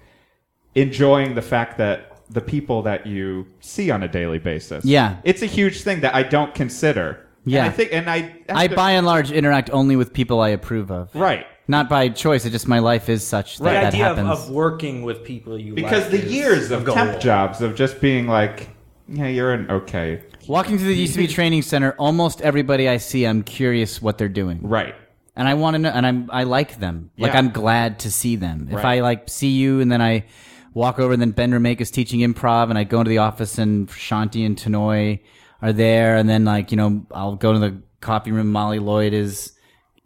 [SPEAKER 3] enjoying the fact that the people that you see on a daily basis.
[SPEAKER 4] Yeah.
[SPEAKER 3] It's a huge thing that I don't consider.
[SPEAKER 4] Yeah.
[SPEAKER 3] And I think, and I,
[SPEAKER 4] I, by and large, interact only with people I approve of.
[SPEAKER 3] right.
[SPEAKER 4] Not by choice. It just my life is such that
[SPEAKER 2] The
[SPEAKER 4] that
[SPEAKER 2] idea of,
[SPEAKER 4] happens.
[SPEAKER 2] of working with people you
[SPEAKER 3] Because
[SPEAKER 2] like
[SPEAKER 3] the
[SPEAKER 2] is
[SPEAKER 3] years of
[SPEAKER 2] gold.
[SPEAKER 3] temp jobs of just being like, yeah, you're an okay.
[SPEAKER 4] Walking through the UCB training center, almost everybody I see, I'm curious what they're doing.
[SPEAKER 3] Right.
[SPEAKER 4] and I want to know, and I'm I like them. Like
[SPEAKER 3] Yeah.
[SPEAKER 4] I'm glad to see them. If
[SPEAKER 3] Right.
[SPEAKER 4] I like see you, and then I walk over, and then Ben Remake is teaching improv, and I go into the office, and Shanti and Tanoy are there, and then like you know I'll go to the coffee room. Molly Lloyd is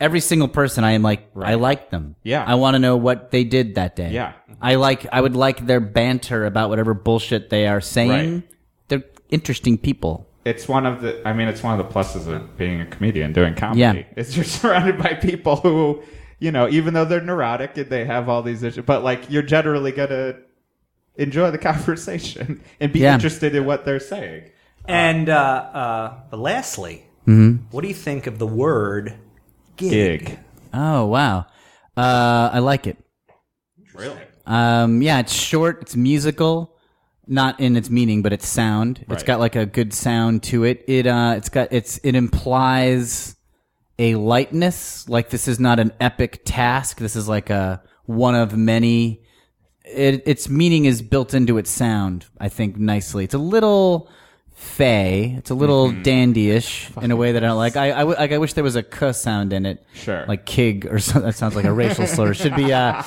[SPEAKER 4] every single person. I am like I like them.
[SPEAKER 3] Yeah.
[SPEAKER 4] I want to know what they did that day.
[SPEAKER 3] Yeah.
[SPEAKER 4] I like I would like their banter about whatever bullshit they are saying.
[SPEAKER 3] Right.
[SPEAKER 4] They're interesting people.
[SPEAKER 3] it's one of the i mean it's one of the pluses of being a comedian doing comedy
[SPEAKER 4] Yeah.
[SPEAKER 3] is you're (laughs) surrounded by people who you know even though they're neurotic and they have all these issues but like you're generally gonna enjoy the (laughs) conversation and be
[SPEAKER 4] Yeah.
[SPEAKER 3] interested in what they're saying
[SPEAKER 2] And uh, uh, but lastly,
[SPEAKER 4] Mm-hmm.
[SPEAKER 2] what do you think of the word gig?
[SPEAKER 3] gig
[SPEAKER 4] Oh wow, uh, I like it.
[SPEAKER 3] really
[SPEAKER 4] Um, yeah, it's short. It's musical, not in its meaning, but its sound. It's
[SPEAKER 3] Right.
[SPEAKER 4] got like a good sound to it. It uh, it's got it's it implies a lightness. Like this is not an epic task. This is like a one of many. It, its meaning is built into its sound. I think nicely. It's a little fey. It's a little
[SPEAKER 3] Mm-hmm.
[SPEAKER 4] dandyish in a way that I don't like. I, I w- like. I wish there was a k sound in it.
[SPEAKER 3] Sure.
[SPEAKER 4] (laughs)
[SPEAKER 3] (laughs)
[SPEAKER 4] Like kig or something. That sounds like a racial slur. It should be uh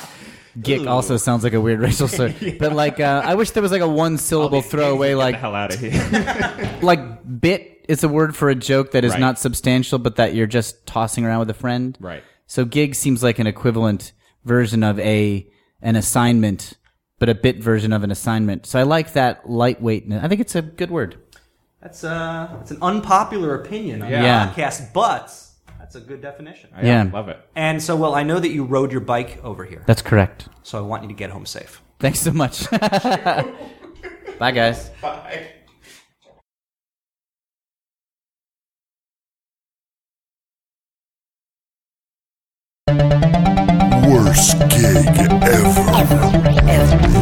[SPEAKER 4] Gick also sounds like a weird racial slur. But like, uh, I wish there was like a one syllable throwaway like
[SPEAKER 3] the hell out of
[SPEAKER 4] (laughs)
[SPEAKER 3] here. (laughs)
[SPEAKER 4] like bit is a word for a joke that is
[SPEAKER 3] Right.
[SPEAKER 4] not substantial, but that you're just tossing around with a friend.
[SPEAKER 3] Right.
[SPEAKER 4] So gig seems like an equivalent version of a an assignment, but a bit version of an assignment. So I like that lightweightness. I think it's a good word.
[SPEAKER 2] That's uh, it's an unpopular opinion on
[SPEAKER 4] Yeah.
[SPEAKER 2] the podcast, but that's a good definition.
[SPEAKER 4] Yeah.
[SPEAKER 3] love it.
[SPEAKER 2] And so, well, I know that you rode your bike over here,
[SPEAKER 4] That's correct.
[SPEAKER 2] so I want you to get home safe.
[SPEAKER 4] Thanks so much. (laughs) Bye, guys.
[SPEAKER 1] Worst gig ever.
[SPEAKER 6] ever.